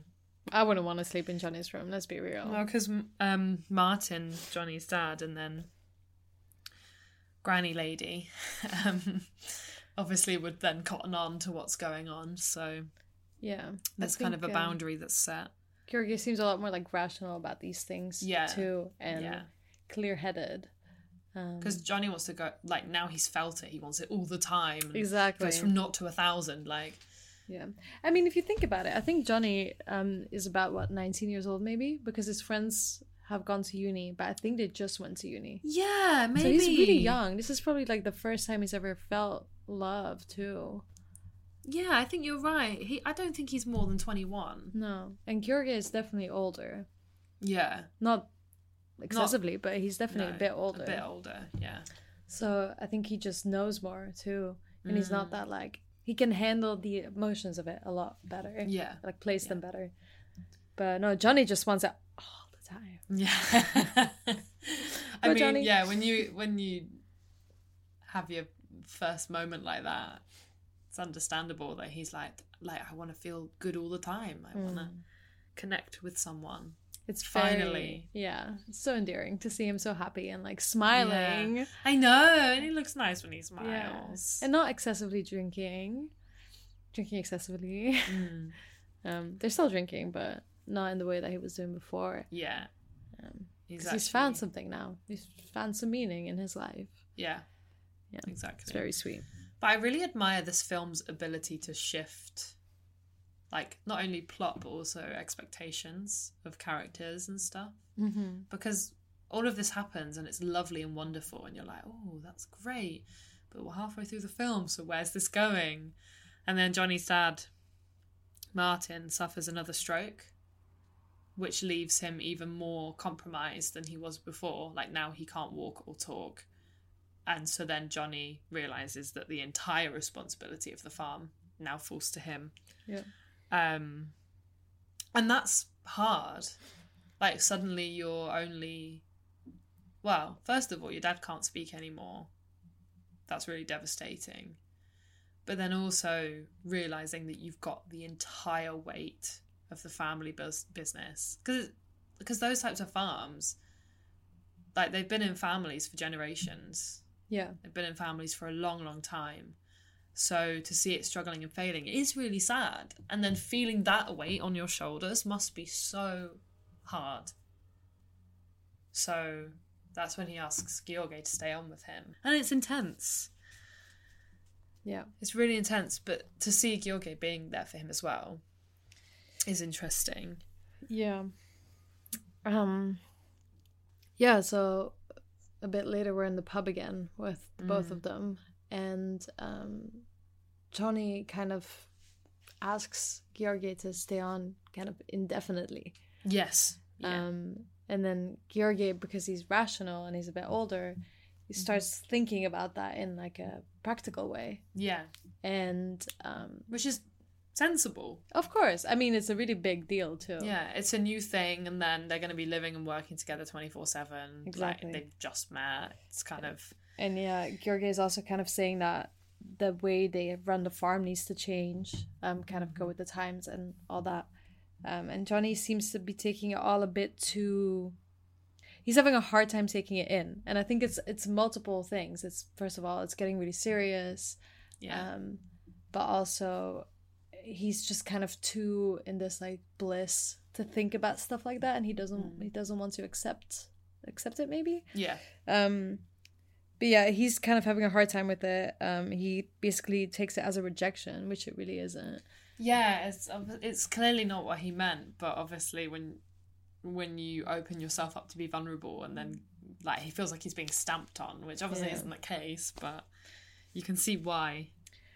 Speaker 3: I wouldn't want to sleep in Johnny's room, let's be real.
Speaker 2: because um, Martin, Johnny's dad, and then Granny Lady um, obviously would then cotton on to what's going on. So
Speaker 3: Yeah. I
Speaker 2: that's kind of
Speaker 3: think,
Speaker 2: a
Speaker 3: uh,
Speaker 2: boundary that's set.
Speaker 3: Kyrgyz seems a lot more like rational about these things
Speaker 2: Yeah.
Speaker 3: too and Um,
Speaker 2: Yeah.
Speaker 3: clear headed.
Speaker 2: Because
Speaker 3: Mm.
Speaker 2: Johnny wants to go, like, now he's felt it. He wants it all the time. and
Speaker 3: Exactly.
Speaker 2: Goes from naught to a thousand. Like,
Speaker 3: Yeah. I mean if you think about it, I think Johnny um is about what, nineteen years old maybe? Because his friends have gone to uni, but I think they just went to uni.
Speaker 2: yeah, maybe.
Speaker 3: So he's really young. This is probably like the first time he's ever felt love too.
Speaker 2: Yeah, I think you're right. He, I don't think he's more than 21.
Speaker 3: No. And George is definitely older.
Speaker 2: Yeah.
Speaker 3: Not excessively, but he's definitely
Speaker 2: no,
Speaker 3: a bit older.
Speaker 2: A bit older, yeah.
Speaker 3: So I think he just knows more too, and he's
Speaker 2: Mm.
Speaker 3: not that like he can handle the emotions of it a lot better.
Speaker 2: Yeah.
Speaker 3: like plays them better. But no, Johnny just wants it all the time.
Speaker 2: Yeah. I
Speaker 3: But
Speaker 2: mean,
Speaker 3: Johnny-
Speaker 2: yeah, when you when you have your first moment like that, it's understandable that he's like like I want to feel good all the time. I want to
Speaker 3: Mm.
Speaker 2: connect with someone.
Speaker 3: It's
Speaker 2: Finally.
Speaker 3: finally, yeah, it's so endearing to see him so happy and like smiling.
Speaker 2: Yeah. I know, and he looks nice when he
Speaker 3: Yeah.
Speaker 2: smiles.
Speaker 3: and not excessively drinking, drinking excessively.
Speaker 2: Mm.
Speaker 3: um, they're still drinking, but not in the way that he was doing before.
Speaker 2: yeah.
Speaker 3: Because Um, he's
Speaker 2: actually-
Speaker 3: found something now. He's found some meaning in his life.
Speaker 2: Yeah,
Speaker 3: Yeah,
Speaker 2: exactly.
Speaker 3: It's very sweet.
Speaker 2: But I really admire this film's ability to shift, like, not only plot, but also expectations of characters and stuff.
Speaker 3: Mm-hmm.
Speaker 2: Because all of this happens and it's lovely and wonderful, and you're like, oh, that's great. But we're halfway through the film, so where's this going? And then Johnny's dad, Martin, suffers another stroke, which leaves him even more compromised than he was before. Like, now he can't walk or talk. And so then Johnny realizes that the entire responsibility of the farm now falls to him.
Speaker 3: Yeah.
Speaker 2: Um, and that's hard. Like, suddenly you're only. Well, first of all, your dad can't speak anymore. That's really devastating. But then also realizing that you've got the entire weight of the family bus- business. Because those types of farms, like, they've been in families for generations.
Speaker 3: Yeah.
Speaker 2: They've been in families for a long, long time. So to see it struggling and failing is really sad. And then feeling that weight on your shoulders must be so hard. So that's when he asks George to stay on with him. And it's intense.
Speaker 3: Yeah.
Speaker 2: It's really intense, but to see George being there for him as well is interesting.
Speaker 3: Yeah. Um yeah, so a bit later we're in the pub again with the
Speaker 2: Mm.
Speaker 3: both of them and um Johnny kind of asks Georgie to stay on kind of indefinitely.
Speaker 2: Yes. Yeah.
Speaker 3: Um and then Georgie because he's rational and he's a bit older,
Speaker 2: Mm-hmm.
Speaker 3: he starts thinking about that in like a practical way.
Speaker 2: Yeah.
Speaker 3: And um
Speaker 2: which is sensible.
Speaker 3: Of course. I mean, it's a really big deal too.
Speaker 2: Yeah, it's a new thing, and then they're going to be living and working together 24 7. Like,
Speaker 3: Exactly.
Speaker 2: they've just met. It's kind of.
Speaker 3: And yeah, George is also kind of saying that the way they run the farm needs to change, um, kind of go with the times and all that. Um, and Johnny seems to be taking it all a bit too. He's having a hard time taking it in, and I think it's it's multiple things. It's first of all, it's getting really serious,
Speaker 2: Yeah.
Speaker 3: um, but also he's just kind of too in this like bliss to think about stuff like that, and he doesn't he doesn't want to accept accept it maybe.
Speaker 2: yeah.
Speaker 3: Um, but yeah, he's kind of having a hard time with it. Um, he basically takes it as a rejection, which it really isn't.
Speaker 2: Yeah, it's ob- it's clearly not what he meant, but obviously when when you open yourself up to be vulnerable and then like he feels like he's being stamped on, which obviously
Speaker 3: Yeah.
Speaker 2: isn't the case, but you can see why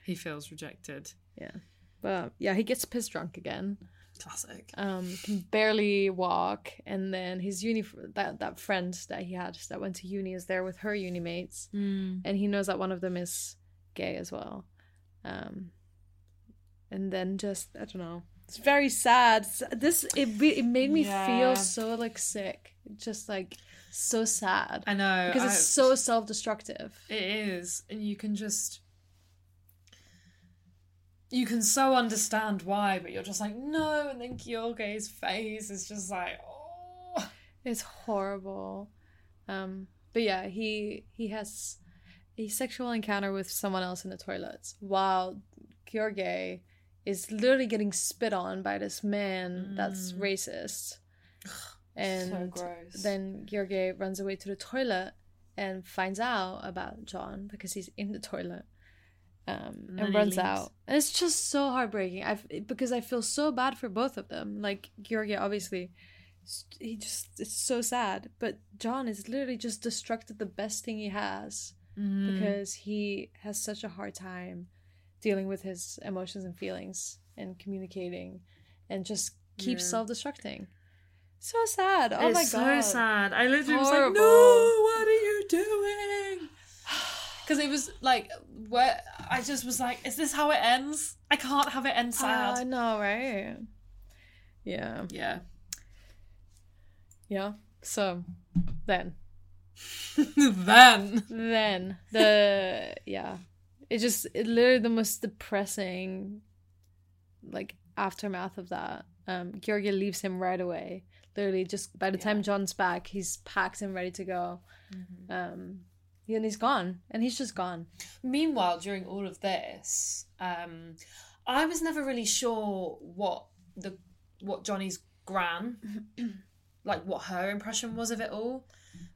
Speaker 2: he feels rejected.
Speaker 3: Yeah. But yeah, he gets piss drunk again.
Speaker 2: Classic.
Speaker 3: Um, can barely walk, and then his uni that that friend that he had that went to uni is there with her uni mates,
Speaker 1: Mm.
Speaker 3: and he knows that one of them is gay as well. Um, and then just I don't know. It's very sad. S- This it re- it made me
Speaker 2: Yeah.
Speaker 3: feel so like sick, just like so sad.
Speaker 2: I know
Speaker 3: because
Speaker 2: I-
Speaker 3: it's so self destructive.
Speaker 2: It is, and you can just you can so understand why, but you're just like no, and then Kyoge's face is just like oh
Speaker 3: It's horrible. Um, but yeah, he he has a sexual encounter with someone else in the toilets while George is literally getting spit on by this man that's racist. And
Speaker 2: gross.
Speaker 3: then George runs away to the toilet and finds out about John because he's in the toilet. Um,
Speaker 2: then
Speaker 3: and
Speaker 2: he
Speaker 3: runs
Speaker 2: leaves.
Speaker 3: out. And it's just so heartbreaking. I because I feel so bad for both of them. Like George obviously he just it's so sad but john is literally just destructed the best thing he has
Speaker 2: Mm-hmm.
Speaker 3: because he has such a hard time dealing with his emotions and feelings and communicating and just keeps self-destructing so sad oh my
Speaker 2: it's
Speaker 3: god
Speaker 2: so sad. I literally was
Speaker 3: Horrible.
Speaker 2: like, no, what are you doing? Because it was like, where I just was like, is this how it ends? I can't have it end sad.
Speaker 3: Ah, i know right yeah
Speaker 2: yeah.
Speaker 3: yeah so then
Speaker 2: then.
Speaker 3: then the yeah it just it literally the most depressing like aftermath of that um Georgia leaves him right away literally just by the time John's back he's packed and ready to go um and he's gone and he's just gone
Speaker 2: Meanwhile, during all of this, um, I was never really sure what the what Johnny's gran, like what her impression was of it all,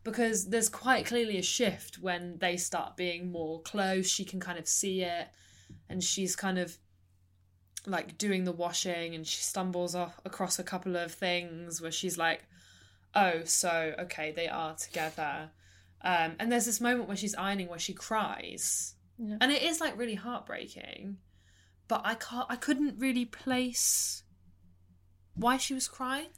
Speaker 2: because there's quite clearly a shift when they start being more close. She can kind of see it, and she's kind of like doing the washing, and she stumbles off across a couple of things where she's like, "Oh, so okay, they are together." Um, and there's this moment where she's ironing where she cries.
Speaker 3: Yeah.
Speaker 2: And it is like really heartbreaking. But I can't I couldn't really place why she was crying.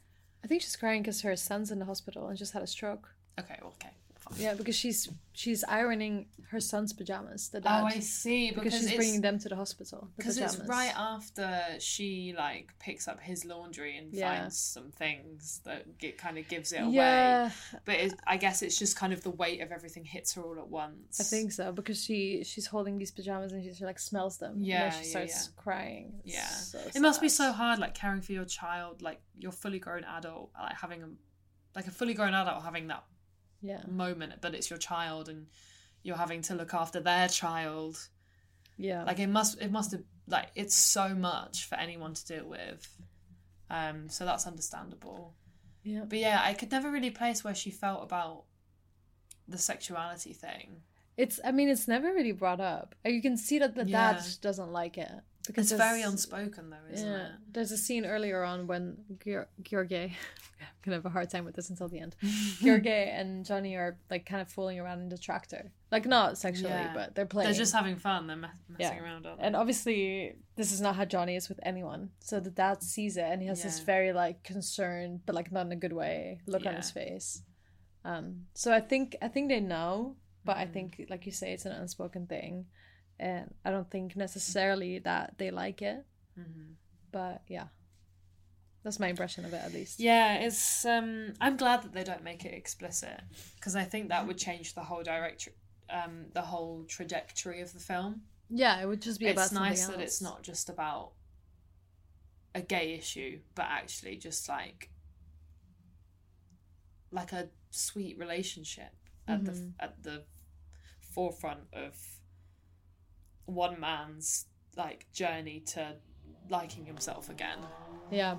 Speaker 3: I think she's crying because her son's in the hospital and just had a stroke
Speaker 2: Okay, well, okay. Fine.
Speaker 3: yeah because she's she's ironing her son's pajamas the dad
Speaker 2: Oh, I see.
Speaker 3: because,
Speaker 2: Because,
Speaker 3: she's
Speaker 2: it's,
Speaker 3: bringing them to the hospital the
Speaker 2: Because it's
Speaker 3: pajamas.
Speaker 2: right after she like picks up his laundry and
Speaker 3: Yeah.
Speaker 2: finds some things that get, kind of gives it
Speaker 3: yeah
Speaker 2: away. But it, I guess it's just kind of the weight of everything hits her all at once.
Speaker 3: I think so because she she's holding these pajamas and she, she like smells them. and then
Speaker 2: Yeah,
Speaker 3: she
Speaker 2: yeah,
Speaker 3: starts crying. It's
Speaker 2: Yeah.
Speaker 3: so
Speaker 2: it must be
Speaker 3: sad.
Speaker 2: so hard, like caring for your child, like you're fully grown adult, like having a, like a fully grown adult having that
Speaker 3: Yeah,
Speaker 2: moment, but it's your child and you're having to look after their child.
Speaker 3: Yeah.
Speaker 2: Like it must it must have like it's so much for anyone to deal with. Um so that's understandable.
Speaker 3: Yeah.
Speaker 2: But yeah, I could never really place where she felt about the sexuality thing.
Speaker 3: It's I mean it's never really brought up. And You can see that the
Speaker 2: Yeah.
Speaker 3: dad doesn't like it
Speaker 2: Because it's
Speaker 3: there's-
Speaker 2: very unspoken though, isn't it?
Speaker 3: There's a scene earlier on when Geor- George, I'm gonna have a hard time with this until the end. George and Johnny are like kind of fooling around in the tractor, like not sexually,
Speaker 2: Yeah.
Speaker 3: but they're playing.
Speaker 2: They're just having fun. They're me- messing around. Aren't they?
Speaker 3: And obviously, this is not how Johnny is with anyone. So the dad sees it, and he has this
Speaker 2: Yeah.
Speaker 3: very like concerned, but like not in a good way, look on
Speaker 2: Yeah.
Speaker 3: his face. Um. So I think I think they know, but
Speaker 2: Mm-hmm.
Speaker 3: I think, like you say, it's an unspoken thing, and I don't think necessarily that they like it.
Speaker 2: Mm-hmm.
Speaker 3: But yeah, that's my impression of it at least.
Speaker 2: Yeah, it's. Um, I'm glad that they don't make it explicit because I think that would change the whole direct, um, the whole trajectory of the film.
Speaker 3: Yeah, it would just be
Speaker 2: it's
Speaker 3: about something
Speaker 2: nice that it's
Speaker 3: else.
Speaker 2: not just about a gay issue, but actually just like like a sweet relationship at the
Speaker 3: Mhm.
Speaker 2: at the forefront of one man's like journey to liking himself again.
Speaker 3: Yeah.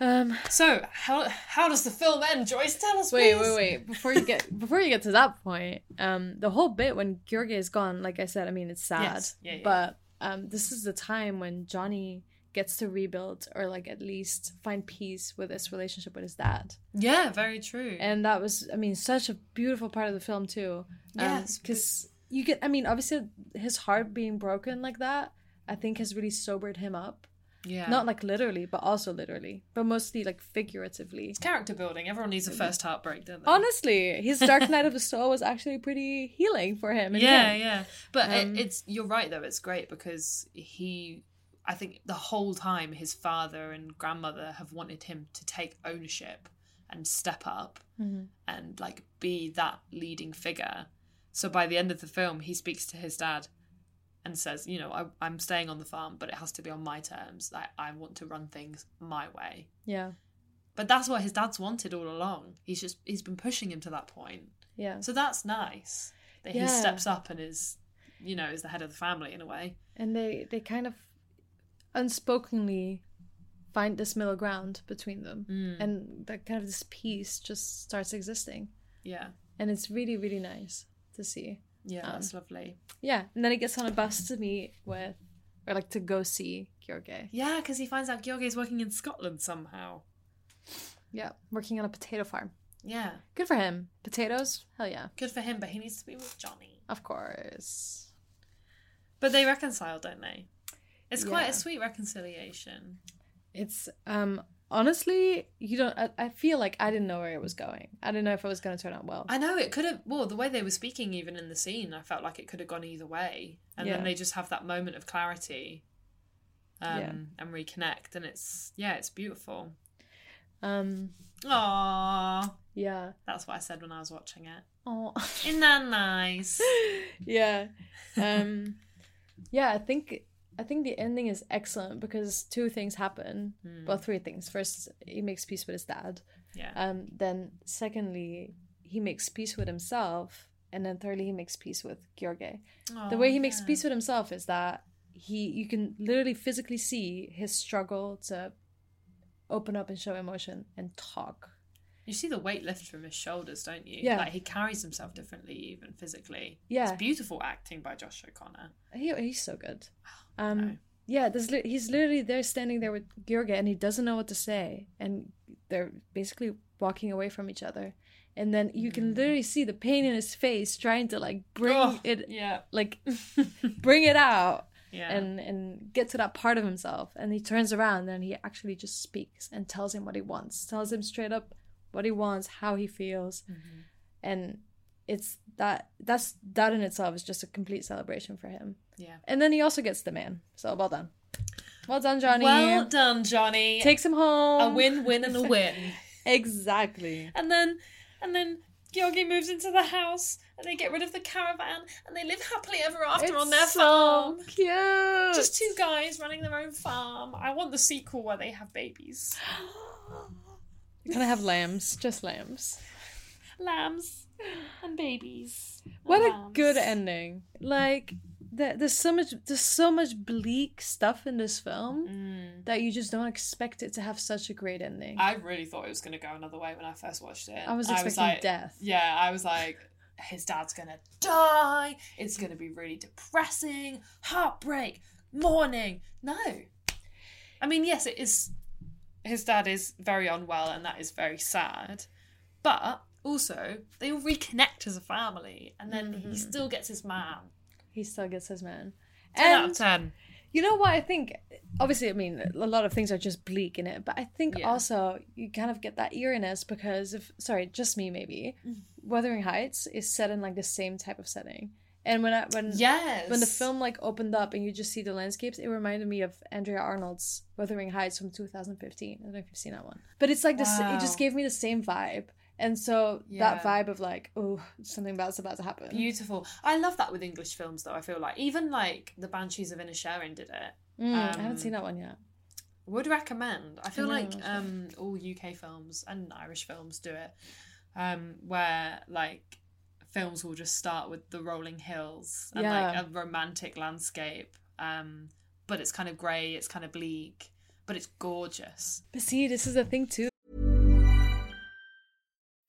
Speaker 3: um.
Speaker 2: So how how does the film end, Joyce? Tell us.
Speaker 3: Wait,
Speaker 2: please.
Speaker 3: wait, wait. Before you get before you get to that point, um, the whole bit when George is gone, like I said, I mean it's sad.
Speaker 2: Yes. Yeah, yeah.
Speaker 3: But um, this is the time when Johnny gets to rebuild or like at least find peace with his relationship with his dad.
Speaker 2: Yeah, very true.
Speaker 3: And that was, I mean, such a beautiful part of the film too.
Speaker 2: Yes,
Speaker 3: because you get, I mean, obviously his heart being broken like that, I think has really sobered him up.
Speaker 2: yeah,
Speaker 3: Not like literally, but also literally, but mostly like figuratively.
Speaker 2: it's character building. Everyone needs a first heartbreak, don't they?
Speaker 3: Mm-hmm. Honestly, his Dark Knight of the Soul was actually pretty healing for him. in the
Speaker 2: yeah,
Speaker 3: end.
Speaker 2: yeah. But
Speaker 3: Um,
Speaker 2: it, it's you're right though. It's great because he, I think the whole time his father and grandmother have wanted him to take ownership and step up
Speaker 3: Mhm.
Speaker 2: and like be that leading figure. So by the end of the film, he speaks to his dad and says, "You know, I, I'm staying on the farm, but it has to be on my terms. Like I want to run things my way."
Speaker 3: Yeah.
Speaker 2: But that's what his dad's wanted all along. He's just he's been pushing him to that point.
Speaker 3: Yeah.
Speaker 2: So that's nice that
Speaker 3: Yeah.
Speaker 2: he steps up and is, you know, is the head of the family in a way.
Speaker 3: and they they kind of unspokenly find this middle ground between them.
Speaker 2: Mm.
Speaker 3: And that kind of this peace just starts existing.
Speaker 2: Yeah,
Speaker 3: And it's really, really nice to see.
Speaker 2: yeah,
Speaker 3: Um,
Speaker 2: that's lovely.
Speaker 3: Yeah. And then he gets on a bus to meet with or like to go see Gyorge.
Speaker 2: Yeah, because he finds out George is working in Scotland somehow.
Speaker 3: Yeah. Working on a potato farm.
Speaker 2: Yeah,
Speaker 3: Good for him. Potatoes? Hell yeah.
Speaker 2: good for him, but he needs to be with Johnny.
Speaker 3: Of course.
Speaker 2: But they reconcile, don't they? It's quite
Speaker 3: Yeah.
Speaker 2: a sweet reconciliation.
Speaker 3: It's um honestly, you don't. I, I feel like I didn't know where it was going. I didn't know if it was going to turn out well.
Speaker 2: I know it could have. Well, the way they were speaking, even in the scene, I felt like it could have gone either way. And
Speaker 3: Yeah.
Speaker 2: then they just have that moment of clarity, um,
Speaker 3: Yeah.
Speaker 2: and reconnect, and it's yeah, it's beautiful.
Speaker 3: Um,
Speaker 2: Aww,
Speaker 3: yeah.
Speaker 2: that's what I said when I was watching it.
Speaker 3: Oh,
Speaker 2: Isn't that nice?
Speaker 3: yeah. Um, yeah. I think I think the ending is excellent because two things happen. Well, three things. First, he makes peace with his dad.
Speaker 2: Yeah.
Speaker 3: Um, then secondly, he makes peace with himself, and then thirdly, he makes peace with Gyorge. the way he makes peace with himself is that he you can literally physically see his struggle to open up and show emotion and talk.
Speaker 2: You see the weight lift from his shoulders, don't you?
Speaker 3: Yeah.
Speaker 2: Like he carries himself differently, even physically.
Speaker 3: Yeah.
Speaker 2: It's beautiful acting by Josh O'Connor.
Speaker 3: He, he's so good. Um, Yeah, there's li- he's literally there standing there with Georgia and he doesn't know what to say. And they're basically walking away from each other. And then you can literally see the pain in his face trying to like bring
Speaker 2: Oh,
Speaker 3: it,
Speaker 2: yeah.
Speaker 3: like bring it out
Speaker 2: Yeah.
Speaker 3: and, and get to that part of himself. And he turns around and he actually just speaks and tells him what he wants, tells him straight up what he wants, how he feels.
Speaker 2: Mm-hmm.
Speaker 3: And it's that, that's that in itself is just a complete celebration for him.
Speaker 2: Yeah.
Speaker 3: And then he also gets the man. So well done. Well done, Johnny.
Speaker 2: Well done, Johnny.
Speaker 3: Takes him home.
Speaker 2: a win, win, and a win.
Speaker 3: Exactly.
Speaker 2: and then, and then. Georgie moves into the house and they get rid of the caravan and they live happily ever after
Speaker 3: It's
Speaker 2: on their
Speaker 3: so
Speaker 2: farm.
Speaker 3: Cute.
Speaker 2: Just two guys running their own farm. I want the sequel where they have babies.
Speaker 3: You're gonna have lambs. Just lambs.
Speaker 2: Lambs.
Speaker 8: and babies.
Speaker 3: What
Speaker 8: and
Speaker 3: a
Speaker 8: lambs.
Speaker 3: good ending! Um, Like, there, there's so much, there's so much bleak stuff in this film that you just don't expect it to have such a great ending.
Speaker 2: I really thought it was going to go another way when I first watched it.
Speaker 3: I was expecting
Speaker 2: like,
Speaker 3: death.
Speaker 2: Yeah, I was like, his dad's going to die. It's going to be really depressing, heartbreak, mourning. No. I mean, yes, it is. His dad is very unwell, and that is very sad. But also, they all reconnect as a family, and then
Speaker 3: Mm-hmm.
Speaker 2: he still gets his man.
Speaker 3: He still gets his man.
Speaker 2: 10 out of 10.
Speaker 3: You know what I think? Obviously, I mean, a lot of things are just bleak in it, but I think
Speaker 2: Yeah.
Speaker 3: also you kind of get that eeriness because if sorry, just me maybe.
Speaker 2: Mm-hmm.
Speaker 3: Wuthering Heights is set in like the same type of setting, and when I when
Speaker 2: Yes.
Speaker 3: when the film like opened up and you just see the landscapes, it reminded me of Andrea Arnold's Wuthering Heights from 2015. I don't know if you've seen that one, but it's like this. It
Speaker 2: Wow.
Speaker 3: just gave me the same vibe, and so
Speaker 2: Yeah.
Speaker 3: that vibe of like, oh, something bad's about to happen.
Speaker 2: Beautiful. I love that with English films, though. I feel like even like the Banshees of Inisherin did it.
Speaker 3: Mm, I
Speaker 2: Um,
Speaker 3: haven't seen that one yet.
Speaker 2: Would recommend. I feel
Speaker 3: really
Speaker 2: like
Speaker 3: want to.
Speaker 2: um, all UK films and Irish films do it, um, where like films will just start with the rolling hills and
Speaker 3: Yeah.
Speaker 2: like a romantic landscape, um, but it's kind of grey, it's kind of bleak, but it's gorgeous.
Speaker 3: But see, this is the thing too.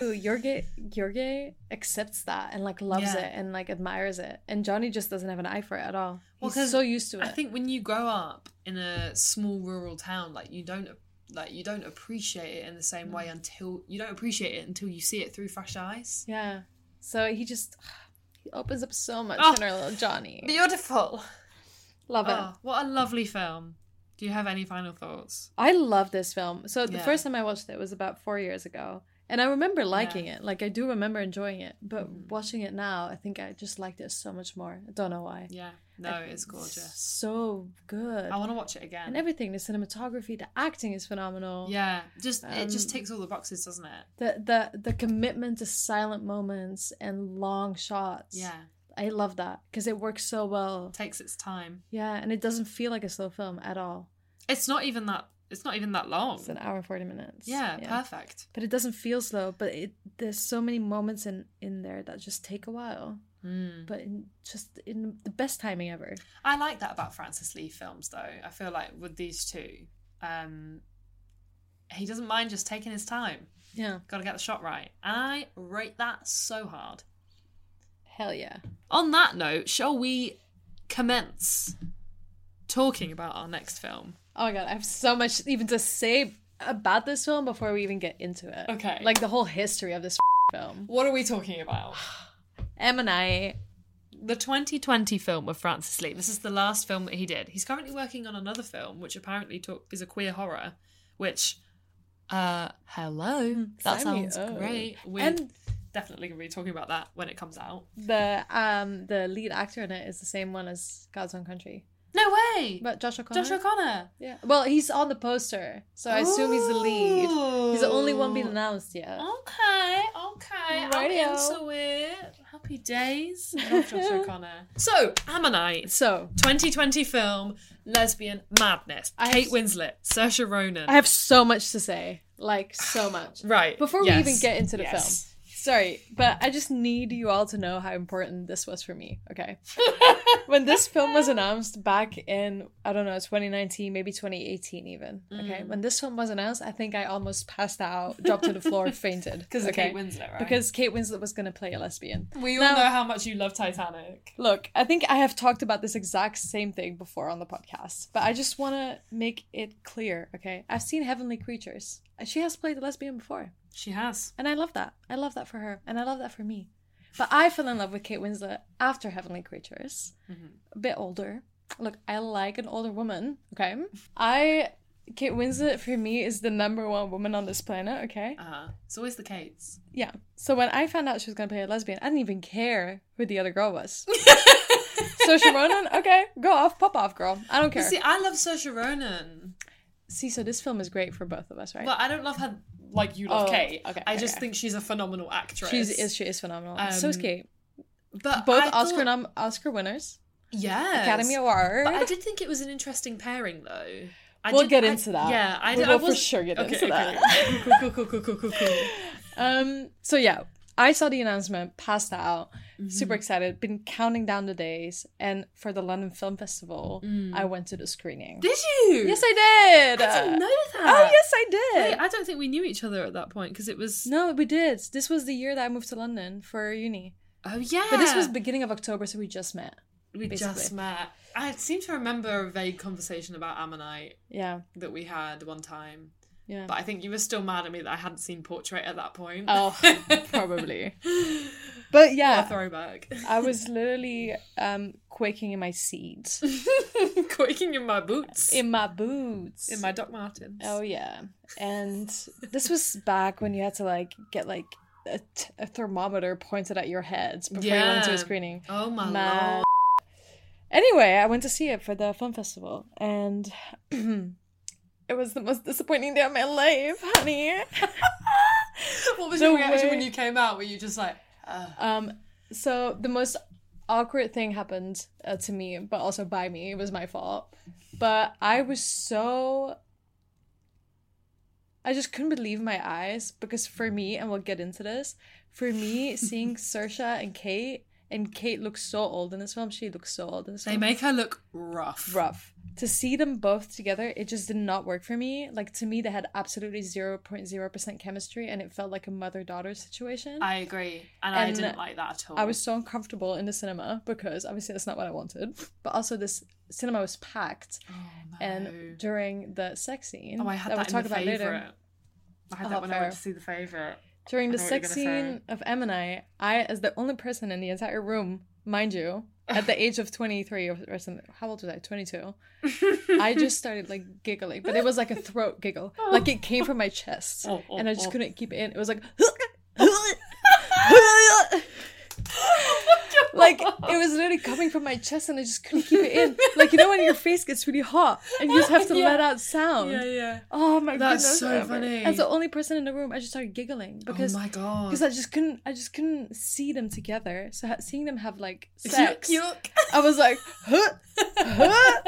Speaker 3: Ooh, Jorge, Jorge accepts that and like loves
Speaker 2: Yeah.
Speaker 3: it and like admires it. And Johnny just doesn't have an eye for it at all.
Speaker 2: Well,
Speaker 3: He's
Speaker 2: 'cause
Speaker 3: so used to it.
Speaker 2: I think when you grow up in a small rural town, like you don't like you don't appreciate it in the
Speaker 3: Mm.
Speaker 2: same way until you don't appreciate it until you see it through fresh eyes.
Speaker 3: yeah. So he just he opens up so much
Speaker 2: Oh,
Speaker 3: in our little Johnny.
Speaker 2: Beautiful.
Speaker 3: Love it.
Speaker 2: Oh, what a lovely film. Do you have any final thoughts?
Speaker 3: I love this film. So the
Speaker 2: Yeah.
Speaker 3: first time I watched it was about four years ago, and I remember liking it. Like I do remember enjoying it, but
Speaker 2: Mm-hmm.
Speaker 3: watching it now, I think I just liked it so much more. I don't know why.
Speaker 2: Yeah. No,
Speaker 3: I-
Speaker 2: it's gorgeous.
Speaker 3: So good.
Speaker 2: I want to watch it again.
Speaker 3: And everything, the cinematography, the acting is phenomenal.
Speaker 2: yeah, just it just
Speaker 3: Um,
Speaker 2: ticks all the boxes, doesn't it?
Speaker 3: the the the commitment to silent moments and long shots.
Speaker 2: Yeah.
Speaker 3: I love that because it works so well.
Speaker 2: Takes its time.
Speaker 3: Yeah, and it doesn't feel like a slow film at all.
Speaker 2: It's not even that. It's not even that long.
Speaker 3: It's an hour and forty minutes.
Speaker 2: Yeah, perfect.
Speaker 3: But it doesn't feel slow. But it there's so many moments in in there that just take a while.
Speaker 2: Mm.
Speaker 3: But in, just in the best timing ever.
Speaker 2: I like that about Francis Lee films, though. I feel like with these two, um, he doesn't mind just taking his time.
Speaker 3: Yeah.
Speaker 2: Got to get the shot right. I rate that so hard.
Speaker 3: Hell yeah.
Speaker 2: On that note, shall we commence talking about our next film?
Speaker 3: Oh my god, I have so much even to say about this film before we even get into it.
Speaker 2: Okay.
Speaker 3: Like the whole history of this film.
Speaker 2: What are we talking about?
Speaker 3: M and I.
Speaker 2: The 2020 film with Francis Lee. This is the last film that he did. He's currently working on another film, which apparently talk- is a queer horror, which, uh, hello. That
Speaker 3: Sign me
Speaker 2: sounds
Speaker 3: up.
Speaker 2: great. We're
Speaker 3: And-
Speaker 2: definitely going to be talking about that when it comes out.
Speaker 3: The um the lead actor in it is the same one as God's Own Country.
Speaker 2: No way.
Speaker 3: But Josh O'Connor.
Speaker 2: Josh O'Connor.
Speaker 3: Yeah. Well, he's on the poster, so I assume he's the lead. He's the only one being
Speaker 2: Oh.
Speaker 3: announced yet.
Speaker 2: Okay, okay.
Speaker 3: Radio.
Speaker 2: I'm into it. Happy days. I love Josh O'Connor. So, Ammonite.
Speaker 3: So,
Speaker 2: 2020 film, lesbian madness. Kate Winslet, Saoirse Ronan.
Speaker 3: I have so much to say. Like, so much.
Speaker 2: Right.
Speaker 3: Before
Speaker 2: yes,
Speaker 3: we even get into the
Speaker 2: yes.
Speaker 3: film. Sorry, but I just need you all to know how important this was for me, okay? when this film was announced back in, I don't know, 2019, maybe 2018 even, okay?
Speaker 2: Mm.
Speaker 3: When this film was announced, I think I almost passed out, dropped to the floor, fainted.
Speaker 2: 'Cause of
Speaker 3: okay?
Speaker 2: Kate Winslet, right?
Speaker 3: Because Kate Winslet was going to play a lesbian.
Speaker 2: We all
Speaker 3: Now-
Speaker 2: know how much you love Titanic.
Speaker 3: Look, I think I have talked about this exact same thing before on the podcast, but I just want to make it clear, okay? I've seen Heavenly Creatures. and She has played a lesbian before.
Speaker 2: She has.
Speaker 3: And I love that. I love that for her, and I love that for me. But I fell in love with Kate Winslet after Heavenly Creatures, a bit older. Look, I like an older woman, okay? I Kate Winslet for me is the number one woman on this planet, okay?
Speaker 2: Uh-huh. It's always the Kates.
Speaker 3: Yeah. So when I found out she was going to play a lesbian, I didn't even care who the other girl was. so Sharonan, okay, go off, pop off, girl. I don't
Speaker 2: But
Speaker 3: care.
Speaker 2: See, I love Saoirse Ronan.
Speaker 3: See, so this film is great for both of us, right?
Speaker 2: Well, I don't love her like you love
Speaker 3: Oh,
Speaker 2: Kate.
Speaker 3: okay,
Speaker 2: I
Speaker 3: okay,
Speaker 2: just
Speaker 3: okay.
Speaker 2: think she's a phenomenal actress.
Speaker 3: She's is she is phenomenal. so is
Speaker 2: Um,
Speaker 3: Kate.
Speaker 2: But
Speaker 3: both
Speaker 2: I
Speaker 3: Oscar
Speaker 2: thought-
Speaker 3: nom- Oscar winners.
Speaker 2: Yes.
Speaker 3: Academy Award.
Speaker 2: But I did think it was an interesting pairing, though. I
Speaker 3: We'll
Speaker 2: did-
Speaker 3: get
Speaker 2: I-
Speaker 3: into that.
Speaker 2: Yeah, I,
Speaker 3: We
Speaker 2: did,
Speaker 3: will
Speaker 2: I
Speaker 3: for
Speaker 2: was
Speaker 3: sure get
Speaker 2: okay,
Speaker 3: into
Speaker 2: okay.
Speaker 3: that.
Speaker 2: Cool, cool, cool, cool, cool, cool, cool.
Speaker 3: Um. So yeah, I saw the announcement, passed out, super
Speaker 2: Mhm.
Speaker 3: excited, been counting down the days, and for the London Film Festival,
Speaker 2: Mm.
Speaker 3: I went to the screening.
Speaker 2: Did you?
Speaker 3: Yes, I did.
Speaker 2: I didn't know that.
Speaker 3: Oh yes, I did.
Speaker 2: Wait, I don't think we knew each other at that point because it was.
Speaker 3: No, we did. This was the year that I moved to London for uni.
Speaker 2: Oh yeah.
Speaker 3: But this was beginning of October, so we just met.
Speaker 2: we just
Speaker 3: basically.
Speaker 2: met. I seem to remember a vague conversation about Ammonite
Speaker 3: Yeah.
Speaker 2: that we had one time.
Speaker 3: Yeah.
Speaker 2: But I think you were still mad at me that I hadn't seen Portrait at that point.
Speaker 3: Oh, probably. But
Speaker 2: yeah.
Speaker 3: yeah,
Speaker 2: throwback.
Speaker 3: I was literally um quaking in my seat,
Speaker 2: quaking in my boots.
Speaker 3: in my boots.
Speaker 2: In my Doc Martens.
Speaker 3: Oh yeah, and this was back when you had to like get like a, t- a thermometer pointed at your head before you went to
Speaker 2: Yeah.
Speaker 3: a screening.
Speaker 2: Oh my
Speaker 3: Mad.
Speaker 2: lord.
Speaker 3: Anyway, I went to see it for the film festival, and it was the most disappointing day of my life, honey.
Speaker 2: What was
Speaker 3: The
Speaker 2: your reaction
Speaker 3: way-
Speaker 2: when you came out? Were you just like, uh,
Speaker 3: Um, so the most awkward thing happened uh, to me, but also by me. It was my fault. But I was so. I just couldn't believe my eyes because for me, and we'll get into this, for me, seeing Sersha and Kate, and Kate looks so old in this film. She looks so old in this
Speaker 2: they
Speaker 3: film.
Speaker 2: make her look rough.
Speaker 3: rough. To see them both together, it just did not work for me. Like to me, they had absolutely zero point zero percent chemistry, and it felt like a mother daughter situation.
Speaker 2: I agree. And, I
Speaker 3: And
Speaker 2: didn't like that at all.
Speaker 3: I was so uncomfortable in the cinema because obviously that's not what I wanted. But also this cinema was packed. And during the sex scene
Speaker 2: Oh, I had that,
Speaker 3: we'll
Speaker 2: in
Speaker 3: talk
Speaker 2: the
Speaker 3: about
Speaker 2: favorite.
Speaker 3: later.
Speaker 2: I had
Speaker 3: Oh,
Speaker 2: that when I went
Speaker 3: fair.
Speaker 2: to see the favorite.
Speaker 3: During
Speaker 2: I
Speaker 3: the
Speaker 2: know what you're gonna
Speaker 3: sex
Speaker 2: say.
Speaker 3: scene of Em and I, I as the only person in the entire room, mind you, at the age of twenty three or, or something how old was I? Twenty two. I just started like giggling. But it was like a throat giggle. Like it came from my chest.
Speaker 2: Oh, oh,
Speaker 3: and I just
Speaker 2: oh.
Speaker 3: couldn't keep it in. It was like
Speaker 2: God.
Speaker 3: like it was literally coming from my chest and I just couldn't keep it in. Like you know when your face gets really hot and you just have to
Speaker 2: Yeah.
Speaker 3: let out sound.
Speaker 2: Yeah, yeah.
Speaker 3: Oh my
Speaker 2: That's
Speaker 3: goodness.
Speaker 2: so
Speaker 3: Amber.
Speaker 2: funny.
Speaker 3: As the only person in the room, I just started giggling because
Speaker 2: oh my god.
Speaker 3: because I just couldn't I just couldn't see them together. So ha- seeing them have like
Speaker 2: Yuck,
Speaker 3: sex,
Speaker 2: yuck.
Speaker 3: I was like, huh, huh.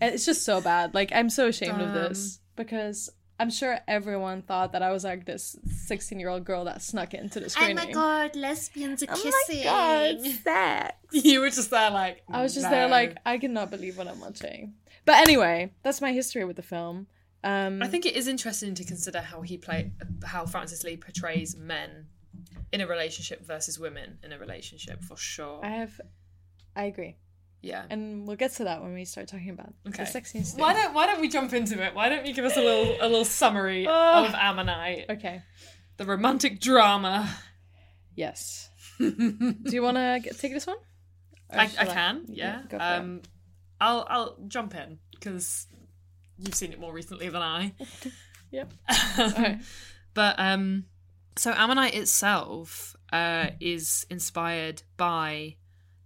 Speaker 3: And it's just so bad. Like I'm so ashamed of this because I'm sure everyone thought that I was like this 16 year old girl that snuck into
Speaker 2: Oh
Speaker 3: the screening.
Speaker 4: god, lesbians are
Speaker 3: Oh my god, sex.
Speaker 2: You were just there like.
Speaker 3: I was just there
Speaker 2: no.
Speaker 3: like I cannot believe what I'm watching. But anyway, that's my history with the film. Um,
Speaker 2: I think it is interesting to consider how he play how Francis Lee portrays men in a relationship versus women in a relationship for sure.
Speaker 3: I have, I agree,
Speaker 2: yeah.
Speaker 3: and we'll get to that when we start talking about the sex scenes.
Speaker 2: Why
Speaker 3: thing.
Speaker 2: don't Why don't we jump into it? Why don't you give us a little a little summary
Speaker 3: Oh.
Speaker 2: of Ammonite,
Speaker 3: Okay.
Speaker 2: the romantic drama?
Speaker 3: Yes. Do you want to take this one? Or
Speaker 2: I, I
Speaker 3: shall
Speaker 2: can, yeah.
Speaker 3: go for it.
Speaker 2: um, I'll I'll jump in because you've seen it more recently than I.
Speaker 3: Yep.
Speaker 2: But um, so Ammonite itself uh, is inspired by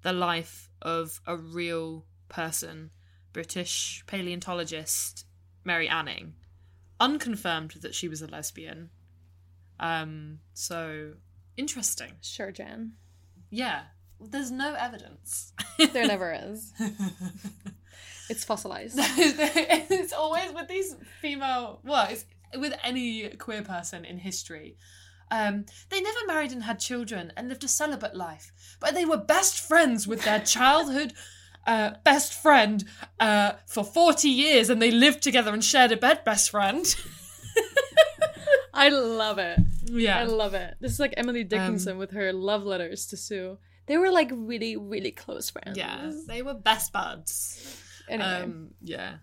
Speaker 2: the life of a real person British paleontologist Mary Anning, unconfirmed that she was a lesbian. Um, so interesting.
Speaker 3: Sure, Jan.
Speaker 2: Yeah, well, there's no evidence.
Speaker 3: there never is. It's fossilized.
Speaker 2: it's always with these female. Well, it's with any queer person in history. Um, they never married and had children and lived a celibate life, but they were best friends with their childhood uh, best friend uh, for 40 years and they lived together and shared a bed, best friend.
Speaker 3: I love it.
Speaker 2: Yeah. Um,
Speaker 3: I love it. This is like Emily Dickinson with her love letters to Sue. They were like really, really close friends.
Speaker 2: Yeah, they were best buds.
Speaker 3: Anyway.
Speaker 2: Um, yeah.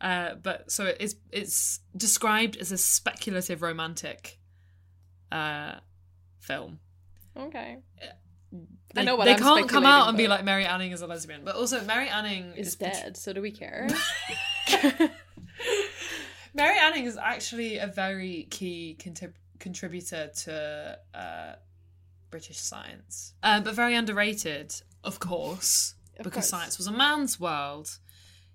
Speaker 2: Uh, but so it's it's described as a speculative romantic uh, film.
Speaker 3: Okay.
Speaker 2: They,
Speaker 3: I know what
Speaker 2: uh, they
Speaker 3: I'm
Speaker 2: can't come out
Speaker 3: speculating,
Speaker 2: and be
Speaker 3: but-
Speaker 2: like Mary Anning is a lesbian, but also Mary Anning
Speaker 3: Is dead, so do we care?
Speaker 2: Mary Anning is actually a very key contib- contributor to uh, British science, um, but very underrated, of course,
Speaker 9: Of
Speaker 2: because
Speaker 9: course.
Speaker 2: science was a man's world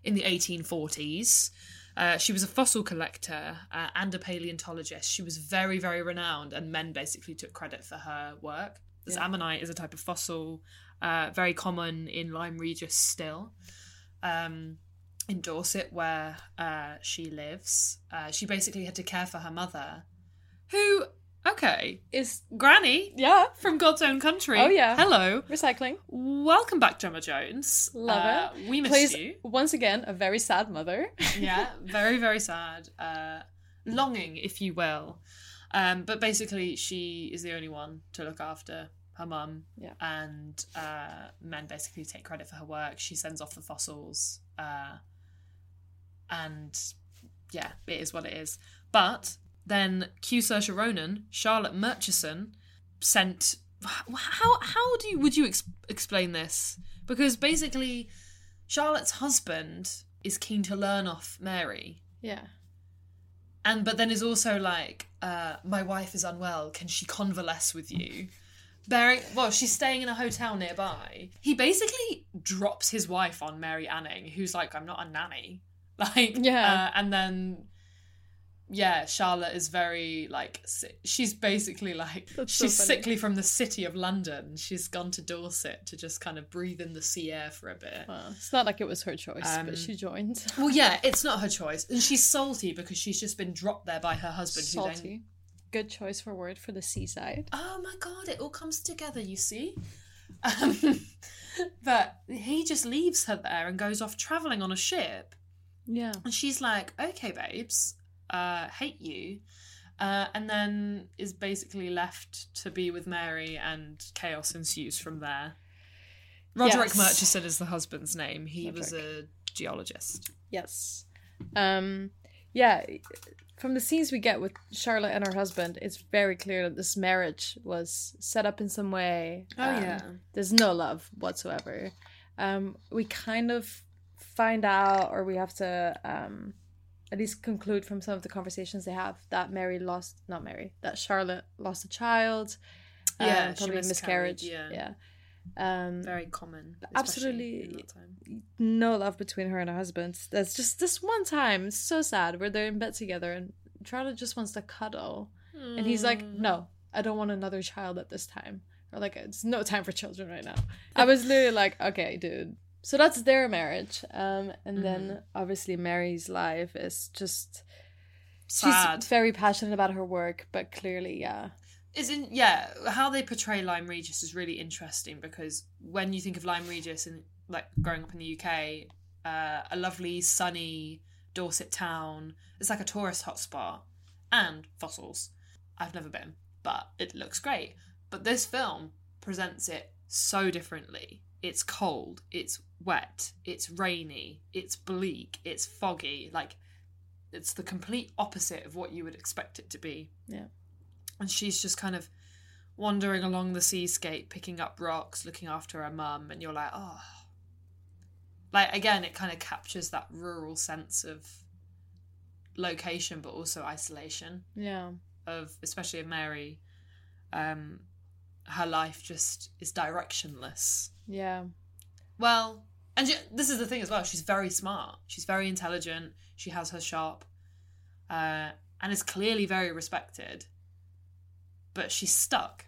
Speaker 2: in the 1840s. Uh, she was a fossil collector uh, and a paleontologist. She was very, very renowned, and men basically took credit for her work. This
Speaker 9: Yeah.
Speaker 2: ammonite is a type of fossil, uh, very common in Lyme Regis still. Um, in Dorset, where uh, she lives, uh, she basically had to care for her mother, who, okay,
Speaker 3: is
Speaker 2: Granny,
Speaker 3: yeah,
Speaker 2: from God's own country.
Speaker 3: Oh, yeah.
Speaker 2: hello,
Speaker 3: Recycling.
Speaker 2: welcome back, Gemma Jones.
Speaker 3: Love
Speaker 2: Uh,
Speaker 3: it.
Speaker 2: We miss
Speaker 3: Plays,
Speaker 2: you.
Speaker 3: Once again, a very sad mother.
Speaker 2: yeah, very very sad. Uh, longing, if you will. Um, but basically, she is the only one to look after her mum,
Speaker 3: Yeah.
Speaker 2: and uh, men basically take credit for her work. She sends off the fossils, uh, and yeah, it is what it is. But then Q. Saoirse Ronan, Charlotte Murchison, sent. How how do you would you ex- explain this? Because basically, Charlotte's husband is keen to learn off Mary,
Speaker 3: Yeah.
Speaker 2: and but then is also like uh, my wife is unwell can she convalesce with you bearing well she's staying in a hotel nearby he basically drops his wife on mary anning who's like i'm not a nanny like
Speaker 3: Yeah.
Speaker 2: uh, and then yeah charlotte is very like si- she's basically like
Speaker 3: That's so
Speaker 2: she's
Speaker 3: funny.
Speaker 2: sickly from the city of london she's gone to dorset to just kind of breathe in the sea air for a bit
Speaker 3: Well, it's not like it was her choice,
Speaker 2: Um,
Speaker 3: but she joined.
Speaker 2: well, yeah, it's not her choice, and she's salty because she's just been dropped there by her husband. Who then...
Speaker 3: Salty. Good choice for word for the seaside.
Speaker 2: Oh my god, it all comes together. You see, um, but he just leaves her there and goes off traveling on a ship,
Speaker 3: Yeah.
Speaker 2: and she's like, "Okay, babes, uh, hate you," uh, and then is basically left to be with Mary, and chaos ensues from there. Roderick
Speaker 3: Yes.
Speaker 2: Murchison is the husband's name. He was a geologist.
Speaker 3: Yes. Um yeah, from the scenes we get with Charlotte and her husband, it's very clear that this marriage was set up in some way.
Speaker 2: Oh, yeah.
Speaker 3: There's no love whatsoever. Um we kind of find out or we have to um at least conclude from some of the conversations they have that Mary lost not Mary, that Charlotte lost a child. um,
Speaker 2: Yeah, she
Speaker 3: probably a
Speaker 2: miscarried,
Speaker 3: miscarriage.
Speaker 2: yeah.
Speaker 3: yeah. Um
Speaker 2: Very common.
Speaker 3: Absolutely.
Speaker 2: especially in that time.
Speaker 3: no love between her and her husband. There's just this one time, it's so sad, where they're in bed together and Charlotte just wants to cuddle. And he's like,
Speaker 2: Mm. Hmm.
Speaker 3: No, I don't want another child at this time. Or like, it's no time for children right now. I was literally like, Okay, dude. So that's their marriage. Um, and
Speaker 2: Mm-hmm.
Speaker 3: then obviously Mary's life is just
Speaker 2: Sad.
Speaker 3: She's very passionate about her work, but clearly, yeah.
Speaker 2: isn't yeah how they portray Lyme Regis is really interesting because when you think of Lyme Regis and like growing up in the UK, uh, a lovely sunny Dorset town, it's like a tourist hotspot and fossils. I've never been, but it looks great. But this film presents it so differently. It's cold, it's wet, it's rainy, it's bleak, it's foggy. Like it's the complete opposite of what you would expect it to be
Speaker 3: Yeah.
Speaker 2: and she's just kind of wandering along the seascape, picking up rocks, looking after her mum, and you're like, oh. Like, again, it kind of captures that rural sense of location, but also isolation
Speaker 3: Yeah.
Speaker 2: of, especially of Mary. Um, her life just is directionless.
Speaker 3: Yeah.
Speaker 2: Well, And she, this is the thing as well. She's very smart. She's very intelligent. She has her shop, uh, and is clearly very respected. But she's stuck,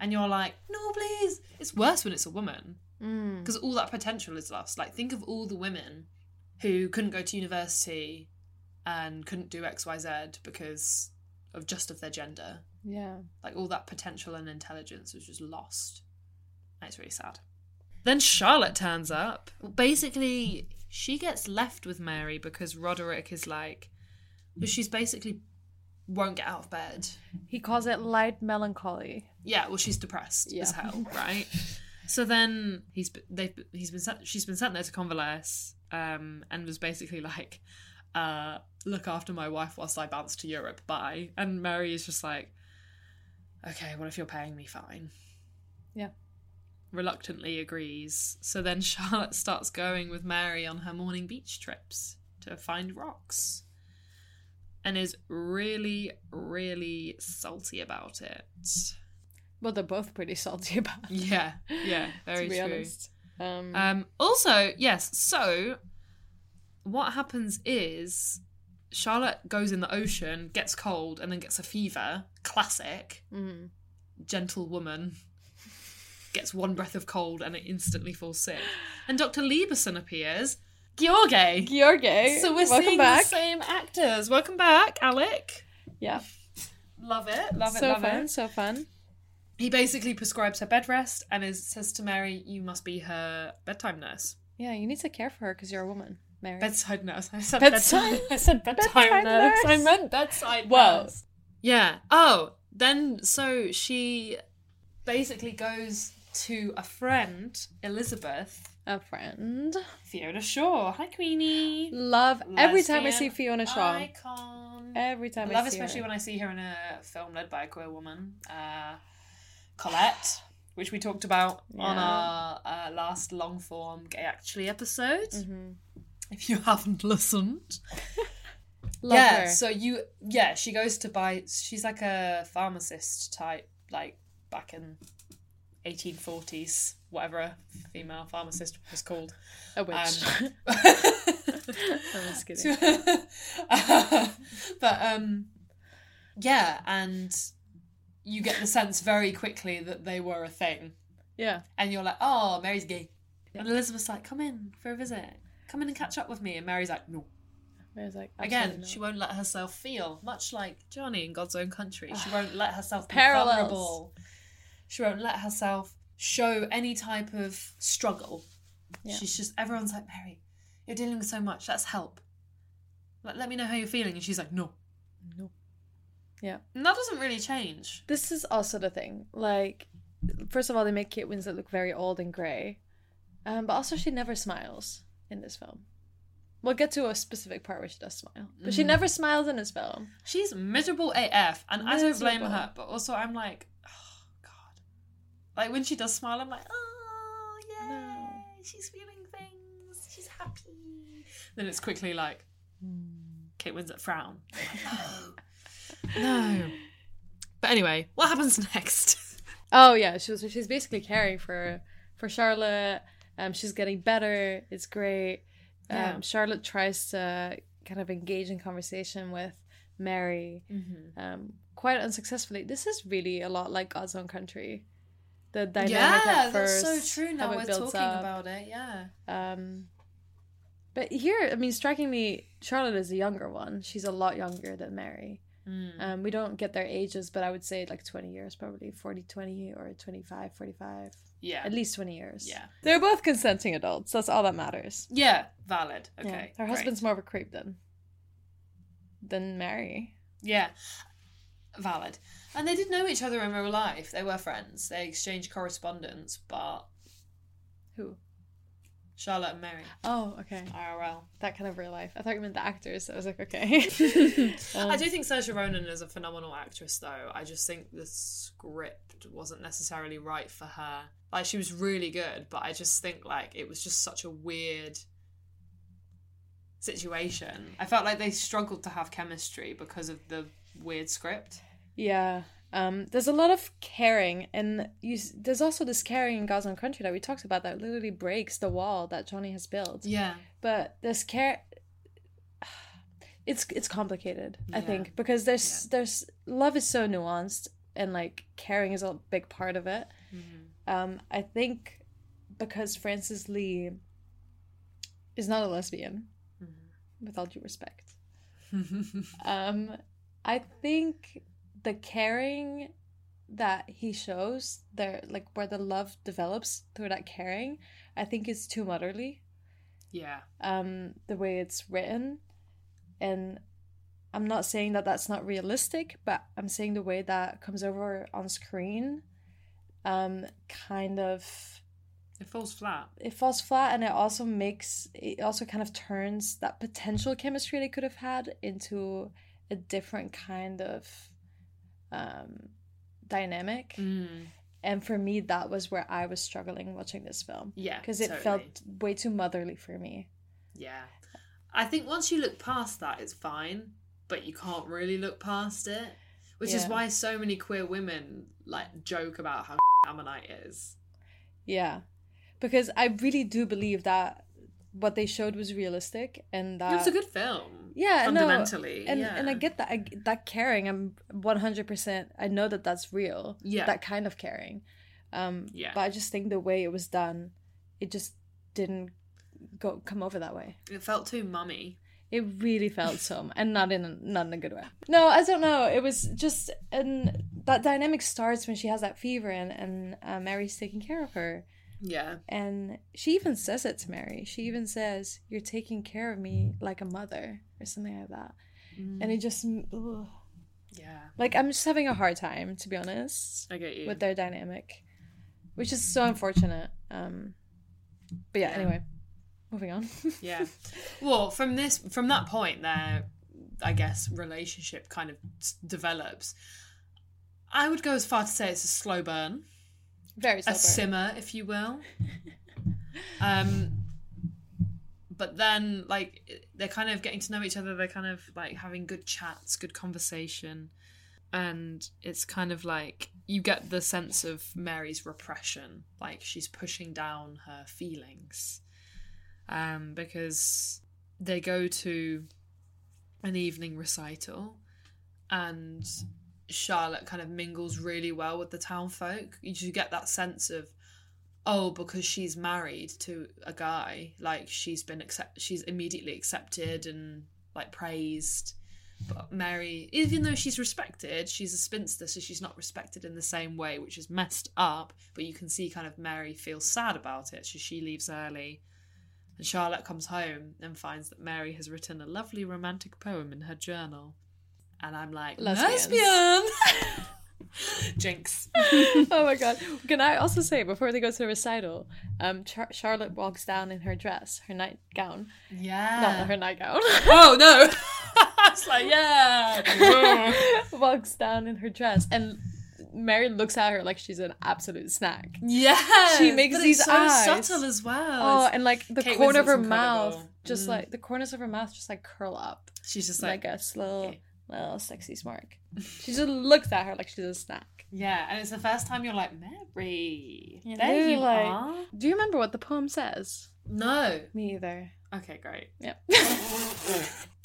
Speaker 2: and you're like, no, please. It's worse when it's a woman
Speaker 3: Mm.
Speaker 2: because all that potential is lost. Like, think of all the women who couldn't go to university and couldn't do X, Y, Z because of just of their gender.
Speaker 3: Yeah.
Speaker 2: Like all that potential and intelligence was just lost. And it's really sad. Then Charlotte turns up. Basically, she gets left with Mary because Roderick is like, well, she's basically won't get out of bed.
Speaker 3: He calls it light melancholy.
Speaker 2: Yeah, well, she's depressed as
Speaker 3: Yeah.
Speaker 2: hell, right? so then he's b- they've b- he's been sent, she's been sent there to convalesce, um, and was basically like, uh, "Look after my wife whilst I bounce to Europe." Bye. And Mary is just like, "Okay, well, if you're paying me, fine."
Speaker 3: Yeah.
Speaker 2: Reluctantly agrees. So then Charlotte starts going with Mary on her morning beach trips to find rocks. And is really, really salty about it.
Speaker 3: Well, they're both pretty salty about. it,
Speaker 2: Yeah, yeah, very
Speaker 3: to be
Speaker 2: true.
Speaker 3: honest. Um,
Speaker 2: Um, also, yes, so what happens is Charlotte goes in the ocean, gets cold, and then gets a fever. Classic.
Speaker 3: mm.
Speaker 2: Gentle woman gets one breath of cold and it instantly falls sick. And Dr. Lieberson appears. George.
Speaker 3: George.
Speaker 2: So we're
Speaker 3: welcome
Speaker 2: seeing
Speaker 3: back.
Speaker 2: the same actors. Welcome back, Alec.
Speaker 3: Yeah.
Speaker 2: Love it. Love it.
Speaker 3: so
Speaker 2: love
Speaker 3: fun.
Speaker 2: it.
Speaker 3: So fun.
Speaker 2: He basically prescribes her bed rest and is, says to Mary, "You must be her bedtime nurse."
Speaker 3: Yeah, you need to care for her because you're a woman, Mary.
Speaker 2: Bedside nurse. I said
Speaker 3: Bedside-
Speaker 2: bedtime. I said bedtime,
Speaker 3: bedtime
Speaker 2: nurse.
Speaker 3: nurse.
Speaker 2: I meant bedside
Speaker 3: Whoa.
Speaker 2: nurse. Yeah. Oh, then so she basically goes to a friend, Elizabeth
Speaker 3: a friend.
Speaker 2: Fiona Shaw. Hi, Queenie.
Speaker 3: Love every time I
Speaker 2: Lesbian
Speaker 3: see Fiona Shaw.
Speaker 2: Icon.
Speaker 3: Every time I
Speaker 2: love,
Speaker 3: see
Speaker 2: especially
Speaker 3: her.
Speaker 2: when I see her in a film led by a queer woman, uh, Colette, which we talked about on
Speaker 3: Yeah.
Speaker 2: our uh, last long form gay actually episode.
Speaker 3: Mhm.
Speaker 2: If you haven't listened,
Speaker 3: Love
Speaker 2: yeah.
Speaker 3: her.
Speaker 2: So you, yeah, she goes to buy. She's like a pharmacist type, like back in 1840s, whatever a female pharmacist was called.
Speaker 3: A witch.
Speaker 2: Um,
Speaker 3: I'm just kidding.
Speaker 2: but um yeah and you get the sense very quickly that they were a thing
Speaker 3: Yeah.
Speaker 2: and you're like oh mary's gay and elizabeth's like come in for a visit come in and catch up with me and mary's like no
Speaker 3: Mary's like,
Speaker 2: again
Speaker 3: absolutely
Speaker 2: she
Speaker 3: not.
Speaker 2: won't let herself feel much like johnny in god's own country she won't let herself be
Speaker 3: Parallels.
Speaker 2: vulnerable she won't let herself show any type of struggle
Speaker 3: Yeah.
Speaker 2: she's just everyone's like mary you're dealing with so much let's help like, let me know how you're feeling and she's like no
Speaker 3: No. Yeah.
Speaker 2: and that doesn't really change
Speaker 3: This is also the thing. Like, first of all, they make Kate Winslet look very old and grey, um, but also she never smiles in this film. We'll get to a specific part where she does smile, but she
Speaker 2: Mhm.
Speaker 3: never smiles in this film.
Speaker 2: she's miserable af and i don't blame
Speaker 3: Miserable.
Speaker 2: her but also i'm like oh god like when she does smile i'm like oh yeah she's feeling things she's happy then it's quickly like
Speaker 3: Hmm.
Speaker 2: Kate Winslet frown. no. But anyway, what happens next?
Speaker 3: Oh yeah, she was. She's basically caring for for Charlotte. Um, she's getting better. It's great. Um,
Speaker 2: Yeah.
Speaker 3: Charlotte tries to kind of engage in conversation with Mary,
Speaker 2: Mm-hmm.
Speaker 3: um, quite unsuccessfully. This is really a lot like God's Own Country. The dynamic
Speaker 2: yeah,
Speaker 3: at first,
Speaker 2: that's so true.
Speaker 3: how
Speaker 2: Now
Speaker 3: it
Speaker 2: we're
Speaker 3: builds
Speaker 2: talking
Speaker 3: up.
Speaker 2: about it. Yeah.
Speaker 3: Um, but here, I mean, strikingly, Charlotte is the younger one. She's a lot younger than Mary.
Speaker 2: Hmm.
Speaker 3: Um, we don't get their ages, but I would say like 20 years, probably 40, 20, or 25, 45.
Speaker 2: Yeah.
Speaker 3: At least 20 years.
Speaker 2: Yeah.
Speaker 3: They're both consenting adults. That's all that matters.
Speaker 2: Yeah. Valid. Okay.
Speaker 3: Yeah. Her
Speaker 2: great.
Speaker 3: husband's more of a creep than, than Mary.
Speaker 2: Yeah. Valid. And they did know each other in real life. They were friends. They exchanged correspondence, but
Speaker 3: Who?
Speaker 2: Charlotte and Mary.
Speaker 3: Oh, okay.
Speaker 2: IRL.
Speaker 3: That kind of real life. I thought you meant the actors. I was like, okay. Um,
Speaker 2: I do think Saoirse Ronan is a phenomenal actress, though. I just think the script wasn't necessarily right for her. Like she was really good, but I just think like it was just such a weird situation. I felt like they struggled to have chemistry because of the weird script.
Speaker 3: Yeah. Um, there's a lot of caring, and you, s- there's also this caring in God's own country that we talked about that literally breaks the wall that Johnny has built.
Speaker 2: Yeah.
Speaker 3: but this care, it's it's complicated. I think because there's there's love is so nuanced, and like caring is a big part of it.
Speaker 2: Mm-hmm.
Speaker 3: Um, I think because Frances Lee is not a lesbian, with all due respect. um, I think the caring that he shows there, like where the love develops through that caring, I think is too motherly.
Speaker 2: Yeah.
Speaker 3: Um, the way it's written, and I'm not saying that that's not realistic, but I'm saying the way that comes over on screen, um, kind of
Speaker 2: It falls flat.
Speaker 3: it falls flat and it also makes it also kind of turns that potential chemistry they could have had into a different kind of um dynamic
Speaker 2: Mm.
Speaker 3: and for me that was where i was struggling watching this film
Speaker 2: Yeah,
Speaker 3: because it
Speaker 2: totally.
Speaker 3: felt way too motherly for me
Speaker 2: Yeah. I think once you look past that, it's fine, but you can't really look past it, which is
Speaker 3: Yeah.
Speaker 2: why so many queer women like joke about how Ammonite is.
Speaker 3: yeah because i really do believe that what they showed was realistic and that
Speaker 2: it was a good film.
Speaker 3: yeah no,
Speaker 2: fundamentally.
Speaker 3: and
Speaker 2: yeah.
Speaker 3: and i get that I, that caring i'm 100% i know that that's real
Speaker 2: Yeah.
Speaker 3: that kind of caring um
Speaker 2: Yeah.
Speaker 3: but i just think the way it was done it just didn't go come over that way
Speaker 2: it felt too mummy.
Speaker 3: it really felt so and not in a, not in a good way no i don't know it was just and that dynamic starts when she has that fever and and uh, mary's taking care of her
Speaker 2: Yeah.
Speaker 3: and she even says it to mary she even says you're taking care of me like a mother or something like that and it just ugh.
Speaker 2: Yeah.
Speaker 3: like i'm just having a hard time to be honest
Speaker 2: I get you.
Speaker 3: with their dynamic which is so unfortunate um but yeah, anyway moving on
Speaker 2: yeah well from this from that point their i guess relationship kind of s- develops i would go as far to say it's a slow burn
Speaker 3: very slow
Speaker 2: a
Speaker 3: burn.
Speaker 2: simmer if you will um but then like it- they're kind of getting to know each other they're kind of like having good chats good conversation and it's kind of like you get the sense of mary's repression like she's pushing down her feelings um, because they go to an evening recital and Charlotte kind of mingles really well with the town folk. You just get that sense of, oh, because she's married to a guy, like she's been accept, she's immediately accepted and like praised. But Mary, even though she's respected, she's a spinster, so she's not respected in the same way, which is messed up. But you can see kind of Mary feels sad about it, so she leaves early. And Charlotte comes home and finds that Mary has written a lovely romantic poem in her journal. And I'm like,
Speaker 3: Lesbians.
Speaker 2: lesbian! Jinx.
Speaker 3: oh my god. Can I also say before they go to the recital, um, Char- Charlotte walks down in her dress, her nightgown.
Speaker 2: Yeah.
Speaker 3: Not her nightgown.
Speaker 2: oh Ah. no. it's like, yeah.
Speaker 3: walks down in her dress and Mary looks at her like she's an absolute snack.
Speaker 2: Yeah.
Speaker 3: She makes
Speaker 2: but
Speaker 3: these
Speaker 2: it's so
Speaker 3: eyes.
Speaker 2: subtle as well.
Speaker 3: Oh,
Speaker 2: It's-
Speaker 3: and like the
Speaker 2: Kate
Speaker 3: corner of
Speaker 2: Winslet's
Speaker 3: her
Speaker 2: incredible.
Speaker 3: mouth, just
Speaker 2: Mm.
Speaker 3: like the corners of her mouth, just like curl up.
Speaker 2: She's just
Speaker 3: like,
Speaker 2: like,
Speaker 3: a little, little sexy smirk. She just looks at her like she's a snack.
Speaker 2: yeah, and it's the first time you're like, Mary,
Speaker 3: And
Speaker 2: there
Speaker 3: they're
Speaker 2: you
Speaker 3: like-
Speaker 2: are.
Speaker 3: Do you remember what the poem says?
Speaker 2: No.
Speaker 3: Me either.
Speaker 2: Okay, great.
Speaker 3: Yep.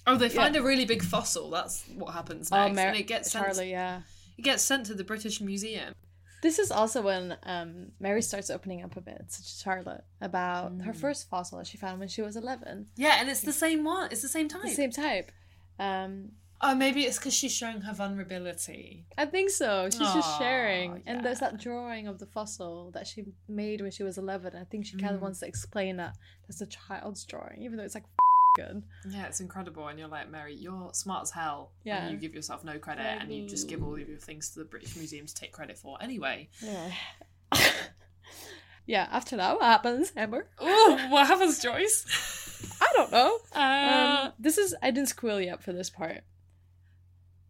Speaker 2: Oh, they find a really big fossil. That's what happens next,
Speaker 3: Oh, Mar-
Speaker 2: and it gets sent.
Speaker 3: Charlie, yeah.
Speaker 2: It gets sent to the British Museum.
Speaker 3: This is also when um, Mary starts opening up a bit to Charlotte about
Speaker 2: Mm.
Speaker 3: her first fossil that she found when she was 11.
Speaker 2: Yeah, and it's the same one. It's the same type.
Speaker 3: The same type. Um,
Speaker 2: Oh, maybe it's because she's showing her vulnerability.
Speaker 3: I think so. She's just
Speaker 2: Aw,
Speaker 3: sharing. And there's that drawing of the fossil that she made when she was 11. I think she kind
Speaker 2: Mm.
Speaker 3: of wants to explain that that's a child's drawing, even though it's like good.
Speaker 2: Yeah, it's incredible, and you're like Mary, you're smart as hell.
Speaker 3: Yeah.
Speaker 2: and you give yourself no credit, and you just give all of your things to the British Museum to take credit for. Anyway,
Speaker 3: Yeah. yeah, after that, what happens, Amber?
Speaker 2: oh, what happens, Joyce?
Speaker 3: I don't know.
Speaker 2: Uh,
Speaker 3: um, this is I didn't squeal you up for this part.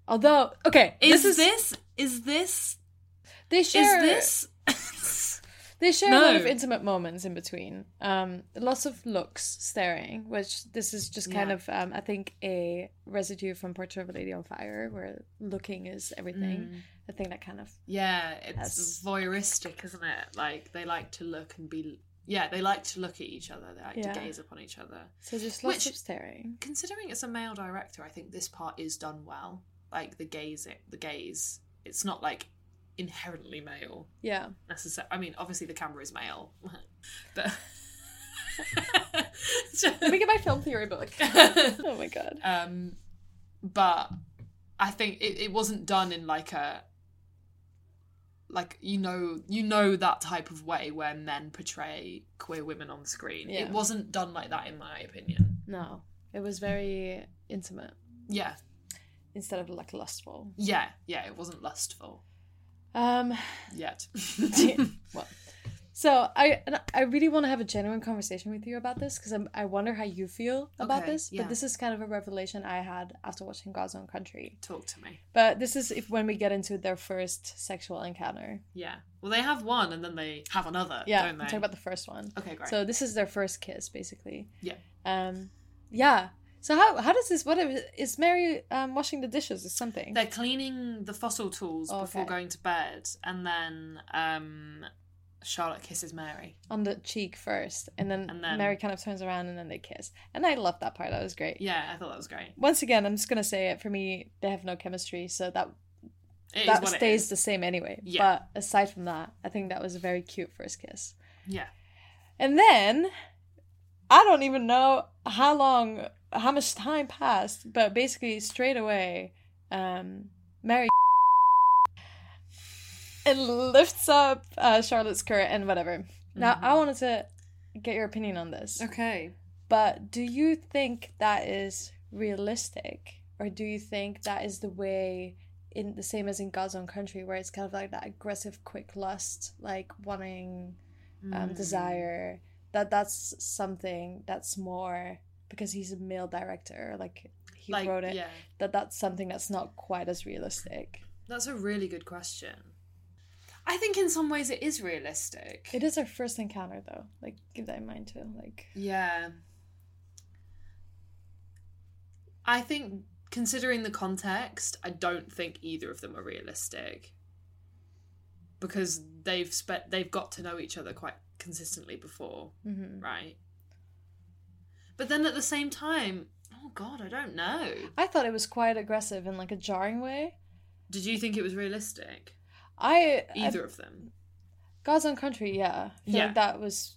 Speaker 3: Although, okay,
Speaker 2: Is
Speaker 3: this
Speaker 2: this is
Speaker 3: is
Speaker 2: this
Speaker 3: they share
Speaker 2: is this
Speaker 3: They share a
Speaker 2: No.
Speaker 3: lot of intimate moments in between. Um, lots of looks staring, which this is just kind
Speaker 2: Yeah.
Speaker 3: of, um, I think, a residue from Portrait of a Lady on Fire, where looking is everything.
Speaker 2: Mm.
Speaker 3: I think that kind of
Speaker 2: Yeah, it's
Speaker 3: Yes.
Speaker 2: voyeuristic, isn't it? Like they like to look and be. Yeah, they like to look at each other. They like
Speaker 3: Yeah.
Speaker 2: to gaze upon each other.
Speaker 3: So just lots
Speaker 2: Which-
Speaker 3: of staring.
Speaker 2: Considering it's a male director, I think this part is done well. Like the gaze, the gaze. It's not like inherently male
Speaker 3: Yeah.
Speaker 2: necessarily. I mean, obviously the camera is male,
Speaker 3: Let me get my film theory book. oh my god.
Speaker 2: um, but I think it, it wasn't done in like a like you know you know that type of way where men portray queer women on screen.
Speaker 3: Yeah.
Speaker 2: It wasn't done like that in my opinion.
Speaker 3: No, it was very intimate
Speaker 2: Yeah,
Speaker 3: instead of like lustful.
Speaker 2: yeah, yeah. It wasn't lustful
Speaker 3: Um.
Speaker 2: yet.
Speaker 3: well, so I and I really want to have a genuine conversation with you about this because I wonder how you feel about
Speaker 2: Okay,
Speaker 3: this.
Speaker 2: yeah.
Speaker 3: But this is kind of a revelation I had after watching God's Own Country.
Speaker 2: Talk to me.
Speaker 3: But this is if when we get into their first sexual encounter.
Speaker 2: Yeah. Well, they have one and then they have another.
Speaker 3: Yeah,
Speaker 2: Uh, don't
Speaker 3: I'm
Speaker 2: they?
Speaker 3: talking about the first one.
Speaker 2: Okay, great.
Speaker 3: So this is their first kiss, basically.
Speaker 2: Yeah.
Speaker 3: Um, yeah. So how how does this? What is, is Mary um, washing the dishes? Is something?
Speaker 2: They're cleaning the fossil tools before
Speaker 3: Oh, Okay.
Speaker 2: going to bed, and then um, Charlotte kisses Mary.
Speaker 3: on the cheek first, and then,
Speaker 2: And then-
Speaker 3: Mary kind of turns around and then they kiss. And I love that part. That was great.
Speaker 2: Yeah, I thought that was great.
Speaker 3: Once again, I'm just gonna say it. For me, they have no chemistry, so that
Speaker 2: It is
Speaker 3: that
Speaker 2: what it
Speaker 3: stays
Speaker 2: is.
Speaker 3: the same anyway.
Speaker 2: Yeah.
Speaker 3: But aside from that, I think that was a very cute first kiss.
Speaker 2: Yeah.
Speaker 3: And then I don't even know how long, how much time passed, but basically straight away, um, Mary and lifts up uh, Charlotte's skirt and whatever. Now I wanted to get your opinion on this.
Speaker 2: Mm-hmm. Okay.
Speaker 3: But do you think that is realistic, or do you think that is the way? In the same as in God's own country, where it's kind of like that aggressive, quick lust, like wanting um,
Speaker 2: Mm.
Speaker 3: desire that that's something that's more because he's a male director like he
Speaker 2: Like,
Speaker 3: wrote it
Speaker 2: yeah.
Speaker 3: that that's something that's not quite as realistic
Speaker 2: That's a really good question. I think in some ways it is realistic.
Speaker 3: it is our first encounter though like keep that in mind too like
Speaker 2: Yeah. I think considering the context, I don't think either of them are realistic. Because they've spe- they've got to know each other quite consistently before,
Speaker 3: Mhm.
Speaker 2: right? But then at the same time, oh god, I don't know.
Speaker 3: i thought it was quite aggressive in like a jarring way
Speaker 2: Did you think it was realistic?
Speaker 3: i I-
Speaker 2: Either of them.
Speaker 3: god's own country yeah I feel
Speaker 2: Yeah.
Speaker 3: like that was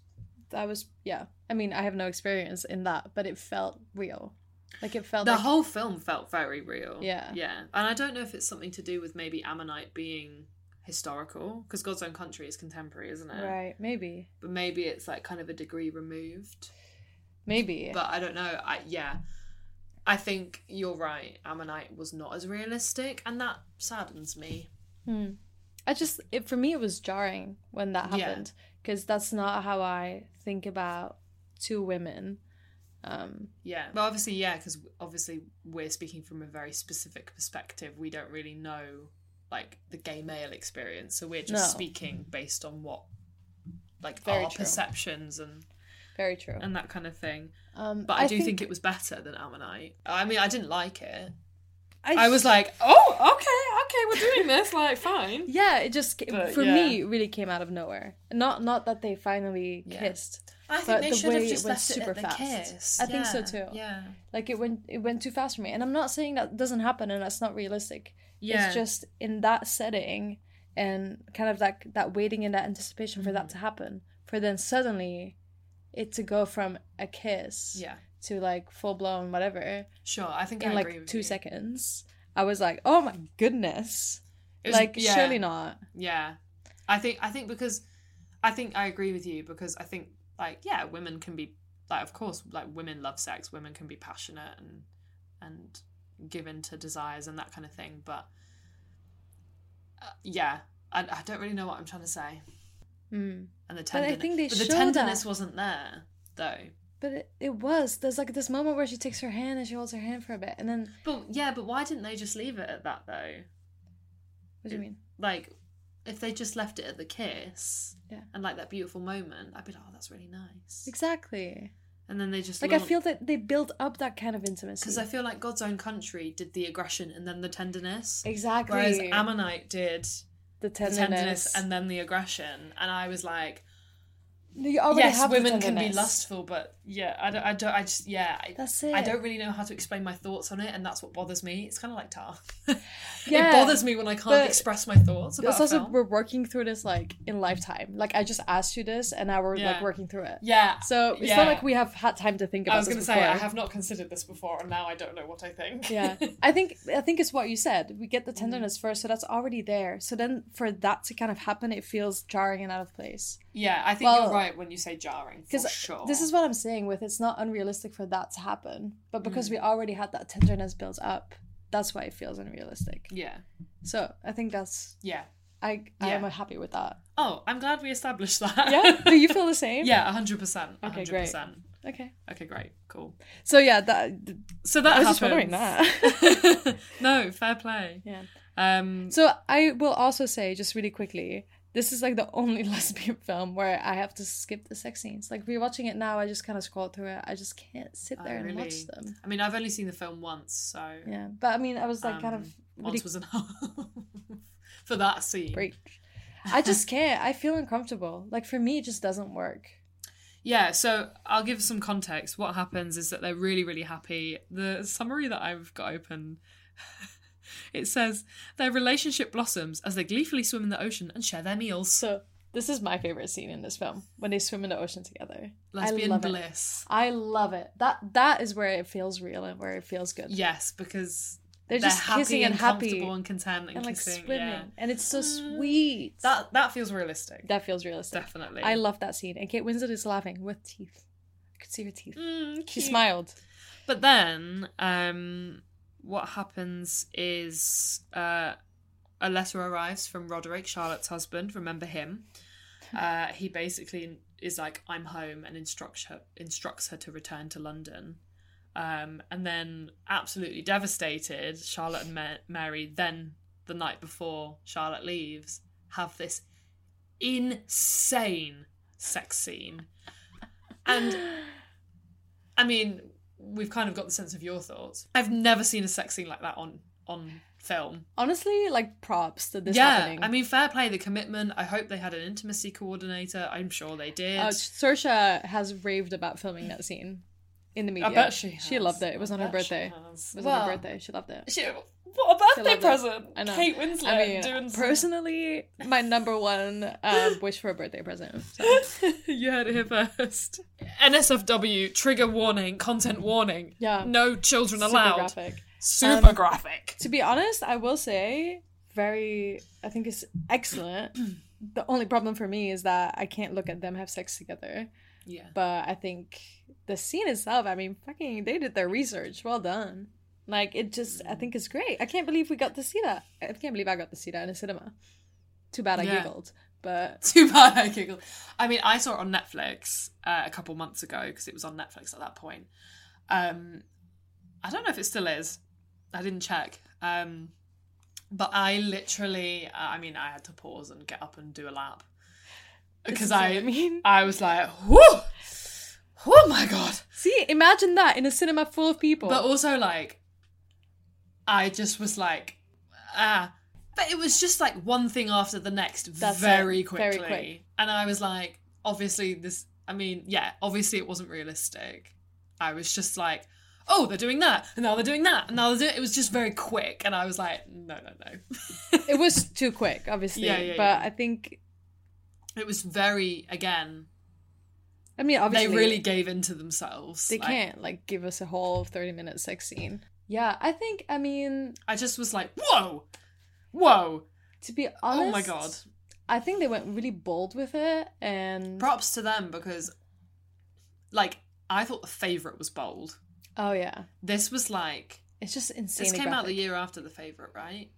Speaker 3: that was yeah i mean i have no experience in that but it felt real like it felt
Speaker 2: The
Speaker 3: like-
Speaker 2: whole film felt very real.
Speaker 3: Yeah.
Speaker 2: Yeah. And I don't know if it's something to do with maybe Ammonite being historical, because God's Own Country is contemporary, isn't it?
Speaker 3: right maybe
Speaker 2: But maybe it's like kind of a degree removed.
Speaker 3: maybe
Speaker 2: But I don't know. I yeah. I think you're right. Ammonite was not as realistic, and that saddens me.
Speaker 3: Hmm. I just it for me it was jarring when that
Speaker 2: Yeah.
Speaker 3: happened because that's not how I think about two women. Um,
Speaker 2: Yeah. But obviously, yeah, because obviously we're speaking from a very specific perspective. We don't really know like the gay male experience, so we're just
Speaker 3: No.
Speaker 2: speaking based on what like
Speaker 3: Very
Speaker 2: our
Speaker 3: true.
Speaker 2: perceptions and
Speaker 3: very true.
Speaker 2: and that kind of thing.
Speaker 3: Um,
Speaker 2: But I, do think... it was better than Ammonite. I mean, I didn't like it.
Speaker 3: I
Speaker 2: I was like, oh, okay, okay, we're doing this. Like, fine.
Speaker 3: yeah, it just ca-
Speaker 2: But,
Speaker 3: for
Speaker 2: yeah.
Speaker 3: me it really came out of nowhere. Not not that they finally
Speaker 2: Yeah.
Speaker 3: kissed.
Speaker 2: I think
Speaker 3: but
Speaker 2: they
Speaker 3: the
Speaker 2: should have
Speaker 3: way
Speaker 2: just
Speaker 3: it went
Speaker 2: left
Speaker 3: super
Speaker 2: it at
Speaker 3: fast.
Speaker 2: the kiss.
Speaker 3: I think so
Speaker 2: Yeah,
Speaker 3: too.
Speaker 2: Yeah.
Speaker 3: Like it went it went too fast for me, and I'm not saying that doesn't happen and that's not realistic.
Speaker 2: Yeah.
Speaker 3: It's just in that setting and kind of like that waiting and that anticipation for that
Speaker 2: Mm-hmm.
Speaker 3: to happen, for then suddenly it to go from a kiss
Speaker 2: Yeah.
Speaker 3: to like full blown whatever
Speaker 2: Sure. I think
Speaker 3: in
Speaker 2: I agree
Speaker 3: like
Speaker 2: with
Speaker 3: two
Speaker 2: you.
Speaker 3: seconds. I was like, oh my goodness,
Speaker 2: It was-
Speaker 3: like
Speaker 2: yeah.
Speaker 3: surely not.
Speaker 2: Yeah. I think I think because I think I agree with you because I think like yeah, women can be like of course like women love sex, women can be passionate and and give in to desires and that kind of thing, but uh, yeah, I, I don't really know what I'm trying to say.
Speaker 3: Mm.
Speaker 2: And the
Speaker 3: But I
Speaker 2: tenderness,
Speaker 3: think they
Speaker 2: but the
Speaker 3: show
Speaker 2: tenderness
Speaker 3: that.
Speaker 2: wasn't there though.
Speaker 3: But it, it was. There's like this moment where she takes her hand and she holds her hand for a bit, and then
Speaker 2: But yeah, but why didn't they just leave it at that though?
Speaker 3: what do you mean?
Speaker 2: Like if they just left it at the kiss
Speaker 3: Yeah.
Speaker 2: and like that beautiful moment, I'd be like, oh, that's really nice.
Speaker 3: Exactly.
Speaker 2: And then they just
Speaker 3: Like I
Speaker 2: launch-
Speaker 3: feel that they build up that kind of intimacy.
Speaker 2: Because I feel like God's own country did the aggression and then the tenderness.
Speaker 3: Exactly.
Speaker 2: Whereas Ammonite did
Speaker 3: the
Speaker 2: tenderness,
Speaker 3: tenderness,
Speaker 2: and then the aggression. And I was like,
Speaker 3: you already
Speaker 2: yes,
Speaker 3: Oh, have the
Speaker 2: women can be
Speaker 3: tenderness.
Speaker 2: lustful, but yeah, I don't, I don't, I just, yeah. I-
Speaker 3: That's
Speaker 2: I
Speaker 3: it.
Speaker 2: don't really know how to explain my thoughts on it, and that's what bothers me. It's kind of like tar.
Speaker 3: Yeah,
Speaker 2: it bothers me when I can't
Speaker 3: but
Speaker 2: express my thoughts about
Speaker 3: It's
Speaker 2: a
Speaker 3: also
Speaker 2: film.
Speaker 3: we're working through this like in lifetime. Like I just asked you this, and now we're
Speaker 2: Yeah.
Speaker 3: like working through it.
Speaker 2: Yeah.
Speaker 3: So it's
Speaker 2: Yeah.
Speaker 3: not like we have had time to think about.
Speaker 2: I was
Speaker 3: this
Speaker 2: going to say,
Speaker 3: before.
Speaker 2: I have not considered this before, and now I don't know what I think.
Speaker 3: yeah i think i think it's what you said we
Speaker 2: Mm.
Speaker 3: get the tenderness first so that's already there so then for that to kind of happen it feels jarring and out of place
Speaker 2: yeah, I think
Speaker 3: Well,
Speaker 2: you're right when you say jarring, for
Speaker 3: because
Speaker 2: sure.
Speaker 3: this is what i'm saying with it's not unrealistic for that to happen but because
Speaker 2: Mm.
Speaker 3: we already had that tenderness built up that's why it feels unrealistic
Speaker 2: Yeah.
Speaker 3: so i think that's
Speaker 2: Yeah.
Speaker 3: i i
Speaker 2: Yeah.
Speaker 3: am happy with that
Speaker 2: Oh, I'm glad we established that.
Speaker 3: yeah do you feel the same
Speaker 2: Yeah, hundred percent.
Speaker 3: Okay,
Speaker 2: Okay,
Speaker 3: great.
Speaker 2: great.
Speaker 3: okay
Speaker 2: Okay, great. Cool.
Speaker 3: so yeah that
Speaker 2: So that
Speaker 3: i was just wondering
Speaker 2: happens.
Speaker 3: that
Speaker 2: No, fair play.
Speaker 3: Yeah.
Speaker 2: Um.
Speaker 3: So I will also say, just really quickly, this is like the only lesbian film where I have to skip the sex scenes. Like rewatching it now, I just kind of scroll through it. I just can't sit
Speaker 2: I
Speaker 3: there and
Speaker 2: really-
Speaker 3: watch them.
Speaker 2: I mean, I've only seen the film once, so
Speaker 3: Yeah, but I mean, I was like kind
Speaker 2: um,
Speaker 3: of really,
Speaker 2: once was enough for that scene.
Speaker 3: Break. I just can't. I feel uncomfortable. Like for me, it just doesn't work.
Speaker 2: Yeah, so I'll give some context. What happens is that they're really, really happy. The summary that I've got open it says their relationship blossoms as they gleefully swim in the ocean and share their meals.
Speaker 3: So this is my favorite scene in this film when they swim in the ocean together.
Speaker 2: Lesbian
Speaker 3: I love
Speaker 2: bliss.
Speaker 3: It. I love it. That that is where it feels real and where it feels good.
Speaker 2: Yes, because
Speaker 3: They're just kissing and happy.
Speaker 2: comfortable and content and,
Speaker 3: and like
Speaker 2: kissing.
Speaker 3: swimming,
Speaker 2: yeah.
Speaker 3: and it's so sweet.
Speaker 2: That that feels realistic.
Speaker 3: That feels realistic.
Speaker 2: Definitely.
Speaker 3: I love that scene. And Kate Winslet is laughing with teeth. I could see her teeth. she
Speaker 2: Mm, cute.
Speaker 3: smiled.
Speaker 2: But then, um, what happens is uh, a letter arrives from Roderick, Charlotte's husband. Remember him? Uh, he basically is like, "I'm home," and instructs her instructs her to return to London. Um, and then, absolutely devastated, Charlotte and Ma- Mary then the night before Charlotte leaves have this insane sex scene, and I mean, we've kind of got the sense of your thoughts. I've never seen a sex scene like that on on film.
Speaker 3: Honestly, like props to this
Speaker 2: yeah,
Speaker 3: happening.
Speaker 2: I mean, fair play, the commitment. I hope they had an intimacy coordinator. I'm sure they did.
Speaker 3: uh, Saoirse has raved about filming that scene in the media.
Speaker 2: bet she
Speaker 3: She
Speaker 2: has.
Speaker 3: loved it. It was
Speaker 2: I
Speaker 3: on her
Speaker 2: bet she
Speaker 3: birthday.
Speaker 2: has.
Speaker 3: It was on
Speaker 2: Well,
Speaker 3: her birthday. She loved it.
Speaker 2: Shit, what
Speaker 3: She
Speaker 2: a birthday
Speaker 3: loved it.
Speaker 2: present!
Speaker 3: I know.
Speaker 2: Kate Winslet
Speaker 3: I mean,
Speaker 2: doing some-
Speaker 3: personally, my number one um, wish for a birthday present. So,
Speaker 2: you heard it here first. NSFW trigger warning, content warning.
Speaker 3: Yeah.
Speaker 2: no children
Speaker 3: super
Speaker 2: allowed.
Speaker 3: graphic.
Speaker 2: Super
Speaker 3: Um,
Speaker 2: graphic.
Speaker 3: To be honest, I will say very I think it's excellent. the only problem for me is that I can't look at them have sex together.
Speaker 2: Yeah.
Speaker 3: But I think the scene itself, I mean, fucking they did their research. Well done. Like it just
Speaker 2: Mm.
Speaker 3: I think it's great. I can't believe we got to see that. I can't believe I got to see that in a cinema. Too bad I
Speaker 2: Yeah.
Speaker 3: giggled. But
Speaker 2: Too bad I giggled. I mean, I saw it on Netflix uh, a couple months ago because it was on Netflix at that point. Um, I don't know if it still is. I didn't check. Um, but I literally, uh, I mean, I had to pause and get up and do a lap because
Speaker 3: is what
Speaker 2: I,
Speaker 3: I mean.
Speaker 2: I was like, whoo, oh my god.
Speaker 3: see, imagine that in a cinema full of people.
Speaker 2: But also, like, I just was like, ah. But it was just like one thing after the next
Speaker 3: That's it,
Speaker 2: very
Speaker 3: very
Speaker 2: quickly.
Speaker 3: quick.
Speaker 2: And I was like, obviously, this, I mean, yeah, obviously it wasn't realistic. I was just like, oh, they're doing that. And now they're doing that. And now they're doing, it was just very quick. And I was like, no, no, no.
Speaker 3: it was too quick, obviously.
Speaker 2: Yeah, yeah,
Speaker 3: but
Speaker 2: yeah.
Speaker 3: I think
Speaker 2: It was very, again,
Speaker 3: I mean obviously
Speaker 2: they really gave in to themselves.
Speaker 3: They
Speaker 2: Like,
Speaker 3: can't like give us a whole 30 minute sex scene. Yeah, I think I mean
Speaker 2: I just was like, whoa, whoa.
Speaker 3: to be honest
Speaker 2: Oh my God.
Speaker 3: I think they went really bold with it and
Speaker 2: props to them because like i thought the favorite was bold
Speaker 3: oh yeah.
Speaker 2: this was like
Speaker 3: It's just insane.
Speaker 2: this came out the year after the favorite right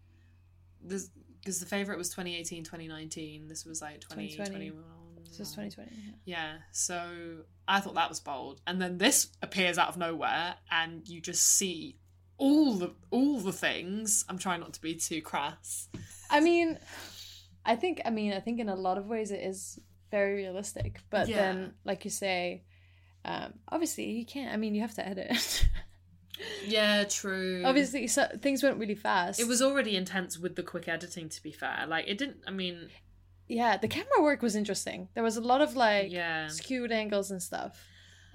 Speaker 2: this because the favorite was 2018 2019 this was like
Speaker 3: 2020.
Speaker 2: 2021
Speaker 3: This was 2020. yeah.
Speaker 2: yeah so i thought that was bold and then this appears out of nowhere and you just see all the all the things i'm trying not to be too crass
Speaker 3: I mean I think, I mean, I think in a lot of ways it is very realistic. But
Speaker 2: Yeah.
Speaker 3: then, like you say, um, obviously you can't, I mean, you have to edit.
Speaker 2: Yeah, true.
Speaker 3: obviously, so, things went really fast.
Speaker 2: Mm. It was already intense with the quick editing, to be fair. Like, it didn't, I mean,
Speaker 3: yeah, the camera work was interesting. There was a lot of like
Speaker 2: Yeah.
Speaker 3: skewed angles and stuff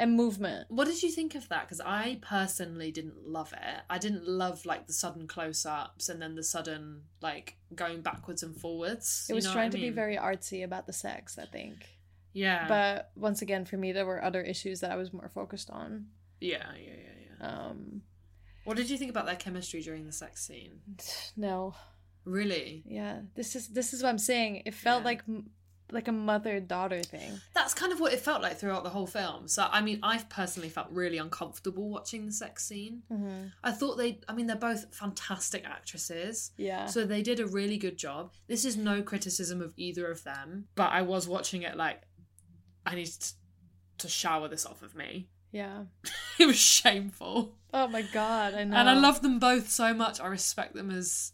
Speaker 3: and movement.
Speaker 2: what did you think of that? Because I personally didn't love it. I didn't love, like, the sudden close ups and then the sudden, like, going backwards and forwards.
Speaker 3: It
Speaker 2: You
Speaker 3: was
Speaker 2: know what I
Speaker 3: trying to be
Speaker 2: mean?
Speaker 3: very artsy about the sex, I think.
Speaker 2: Yeah.
Speaker 3: But once again, for me, there were other issues that I was more focused on.
Speaker 2: Yeah, yeah, yeah,
Speaker 3: yeah. Um,
Speaker 2: what did you think about their chemistry during the sex scene?
Speaker 3: No,
Speaker 2: Really?
Speaker 3: yeah, this is this is what I'm saying. It felt like m- like a mother daughter thing.
Speaker 2: That's kind of what it felt like throughout the whole film. So, I mean, I've personally felt really uncomfortable watching the sex scene. I thought they, I mean, they're both fantastic actresses.
Speaker 3: Yeah.
Speaker 2: So they did a really good job. This is no criticism of either of them, but I was watching it like, I need to, to shower this off of me.
Speaker 3: Yeah.
Speaker 2: It was shameful.
Speaker 3: Oh my god, I know.
Speaker 2: And I love them both so much. I respect them as.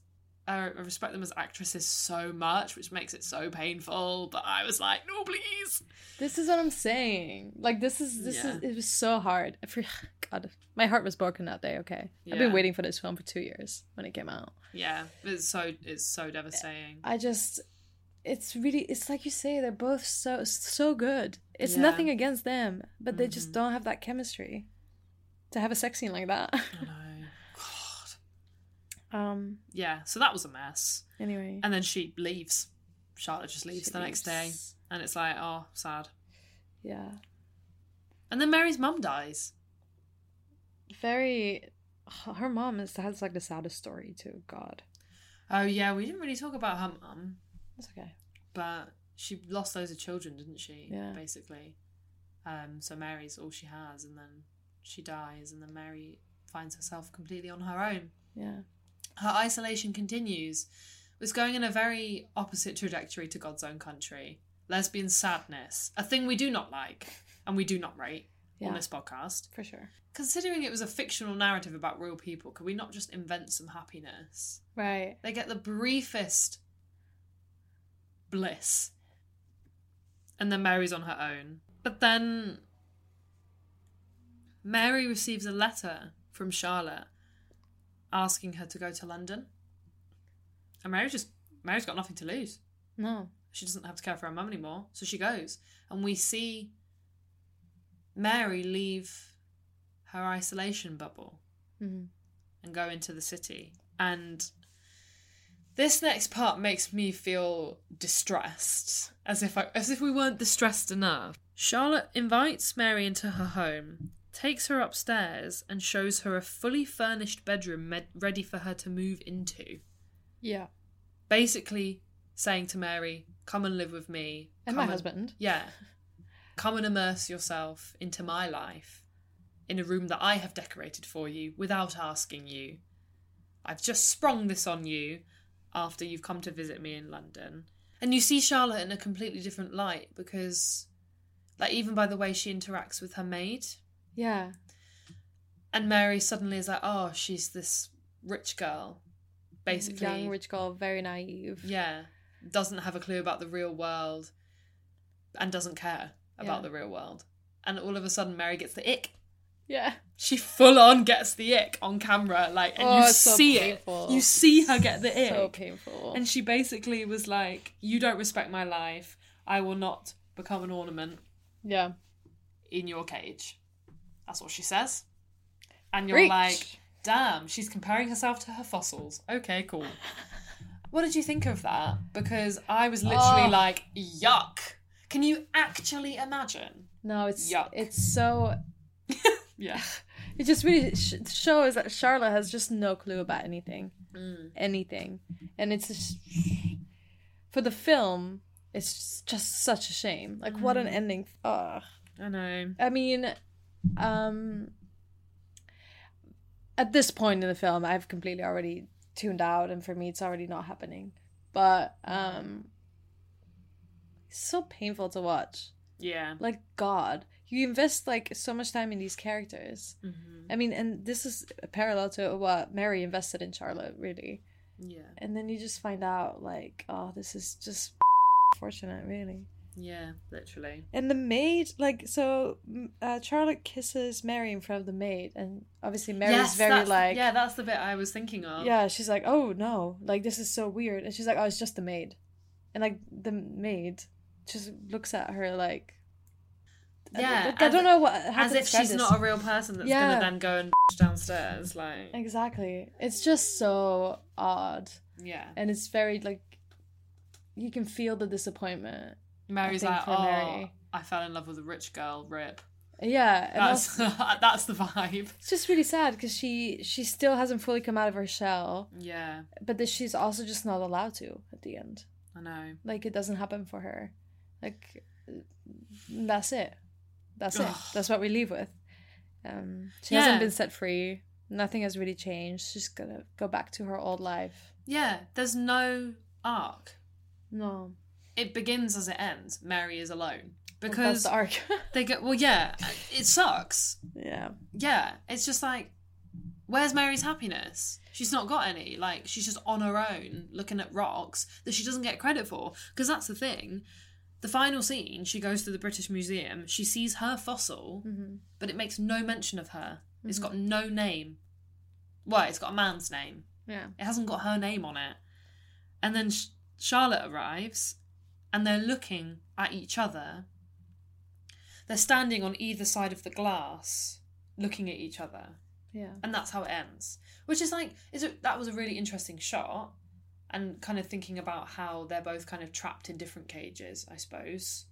Speaker 2: uh, I I respect them as actresses so much, which makes it so painful. But I was like, no, please.
Speaker 3: This is what I'm saying. Like this is this
Speaker 2: Yeah.
Speaker 3: is it was so hard. I fre- God, my heart was broken that day. Okay, I've
Speaker 2: Yeah.
Speaker 3: been waiting for this film for two years when it came out.
Speaker 2: Yeah, it's so it's so devastating.
Speaker 3: I just, it's really, it's like you say, they're both so so good. It's
Speaker 2: Yeah. Mm-hmm.
Speaker 3: nothing against them, but they just don't have that chemistry to have a sex scene like that. Um.
Speaker 2: Yeah, so that was a mess.
Speaker 3: Anyway.
Speaker 2: And then she leaves. Charlotte just leaves
Speaker 3: She
Speaker 2: the next day,
Speaker 3: leaves.
Speaker 2: and it's like, oh, sad.
Speaker 3: Yeah.
Speaker 2: And then Mary's mum dies.
Speaker 3: Very. Her mom is, has like the saddest story too. God.
Speaker 2: Oh yeah, we didn't really talk about her mum,
Speaker 3: That's okay.
Speaker 2: but she lost loads of children, didn't she?
Speaker 3: Yeah.
Speaker 2: Basically, um, so Mary's all she has, and then she dies, and then Mary finds herself completely on her own.
Speaker 3: Yeah.
Speaker 2: Her isolation continues, was going in a very opposite trajectory to God's own country. Lesbian sadness, a thing we do not like and we do not rate on
Speaker 3: Yeah.
Speaker 2: this podcast.
Speaker 3: For sure.
Speaker 2: Considering it was a fictional narrative about real people, could we not just invent some happiness?
Speaker 3: Right.
Speaker 2: They get the briefest bliss. And then Mary's on her own. But then Mary receives a letter from Charlotte asking her to go to London. And Mary's just Mary's got nothing to lose.
Speaker 3: No.
Speaker 2: She doesn't have to care for her mum anymore. So she goes. And we see Mary leave her isolation bubble
Speaker 3: Mm-hmm.
Speaker 2: and go into the city. And this next part makes me feel distressed, as if I, as if we weren't distressed enough. Charlotte invites Mary into her home, takes her upstairs, and shows her a fully furnished bedroom med- ready for her to move into.
Speaker 3: Yeah.
Speaker 2: Basically, saying to Mary, "Come and live with me."
Speaker 3: And
Speaker 2: come
Speaker 3: my husband.
Speaker 2: Yeah. Come and immerse yourself into my life in a room that I have decorated for you without asking you. I've just sprung this on you after you've come to visit me in London. And you see Charlotte in a completely different light because, like, even by the way she interacts with her maid,
Speaker 3: Yeah.
Speaker 2: and Mary suddenly is like, oh, she's this rich girl, basically.
Speaker 3: Young rich girl, very naive.
Speaker 2: Yeah. Doesn't have a clue about the real world and doesn't care about
Speaker 3: Yeah.
Speaker 2: the real world. And all of a sudden, Mary gets the ick.
Speaker 3: Yeah.
Speaker 2: She full on gets the ick on camera, like, and
Speaker 3: Oh,
Speaker 2: you
Speaker 3: it's so
Speaker 2: see
Speaker 3: painful.
Speaker 2: it. You see her get the ick.
Speaker 3: So painful.
Speaker 2: And she basically was like, You don't respect my life. I will not become an ornament
Speaker 3: Yeah.
Speaker 2: in your cage. That's what she says. And you're
Speaker 3: Preach.
Speaker 2: like, Damn, she's comparing herself to her fossils. Okay, cool. What did you think of that? Because I was literally
Speaker 3: Oh.
Speaker 2: like, Yuck. Can you actually imagine?
Speaker 3: No, it's
Speaker 2: Yuck.
Speaker 3: it's so
Speaker 2: Yeah.
Speaker 3: it just really sh- shows that Charlotte has just no clue about anything,
Speaker 2: Mm.
Speaker 3: anything, and it's just, for the film. It's just, just such a shame. Like what
Speaker 2: Mm.
Speaker 3: an ending. Ugh.
Speaker 2: I know.
Speaker 3: I mean, um, at this point in the film, I've completely already tuned out, and for me, it's already not happening. But um, it's so painful to watch.
Speaker 2: Yeah.
Speaker 3: Like God, you invest like so much time in these
Speaker 2: Mm-hmm.
Speaker 3: characters. I mean, and this is a parallel to what Mary invested in Charlotte, really.
Speaker 2: Yeah.
Speaker 3: And then you just find out, like, oh, this is just fortunate, really.
Speaker 2: Yeah, literally.
Speaker 3: And the maid, like, so m- uh, Charlotte kisses Mary in front of the maid, and obviously Mary's
Speaker 2: Yes,
Speaker 3: very
Speaker 2: that's-
Speaker 3: like,
Speaker 2: Yeah, that's the bit I was thinking of.
Speaker 3: yeah, she's like, oh no, like this is so weird, and she's like, oh, it's just the maid, and like the maid just looks at her like, I don't-
Speaker 2: Yeah.
Speaker 3: I, don't
Speaker 2: as-
Speaker 3: know what how
Speaker 2: As
Speaker 3: to
Speaker 2: if
Speaker 3: describe
Speaker 2: she's
Speaker 3: this.
Speaker 2: not a real person that's
Speaker 3: Yeah.
Speaker 2: gonna then go and downstairs. Like
Speaker 3: Exactly, it's just so odd,
Speaker 2: Yeah.
Speaker 3: and it's very like, you can feel the disappointment. I
Speaker 2: Mary's
Speaker 3: think,
Speaker 2: like,
Speaker 3: for
Speaker 2: oh,
Speaker 3: Mary.
Speaker 2: I fell in love with a rich girl. Rip.
Speaker 3: yeah, and
Speaker 2: That's
Speaker 3: also-
Speaker 2: that's the vibe.
Speaker 3: it's just really sad because she she still hasn't fully come out of her shell
Speaker 2: Yeah,
Speaker 3: but that she's also just not allowed to at the end
Speaker 2: I know.
Speaker 3: like it doesn't happen for her like that's it that's it
Speaker 2: Ugh.
Speaker 3: that's what we leave with um she
Speaker 2: Yeah.
Speaker 3: hasn't been set free nothing has really changed she's gonna go back to her old life
Speaker 2: Yeah, there's no arc.
Speaker 3: no
Speaker 2: It begins as it ends. Mary is alone
Speaker 3: that's
Speaker 2: because
Speaker 3: the arc.
Speaker 2: they go. Well, yeah, it sucks.
Speaker 3: yeah
Speaker 2: Yeah, it's just like, where's Mary's happiness? She's not got any. Like she's just on her own, looking at rocks that she doesn't get credit for. Because that's the thing. The final scene, she goes to the British Museum. She sees her fossil,
Speaker 3: Mhm.
Speaker 2: but it makes no mention of her. It's got no name. Well, it's got a man's name.
Speaker 3: yeah
Speaker 2: It hasn't got her name on it. And then Sh- Charlotte arrives and they're looking at each other. They're standing on either side of the glass looking at each other.
Speaker 3: yeah
Speaker 2: And that's how it ends. Which is like is it that was a really interesting shot and kind of thinking about how they're both kind of trapped in different cages, I suppose.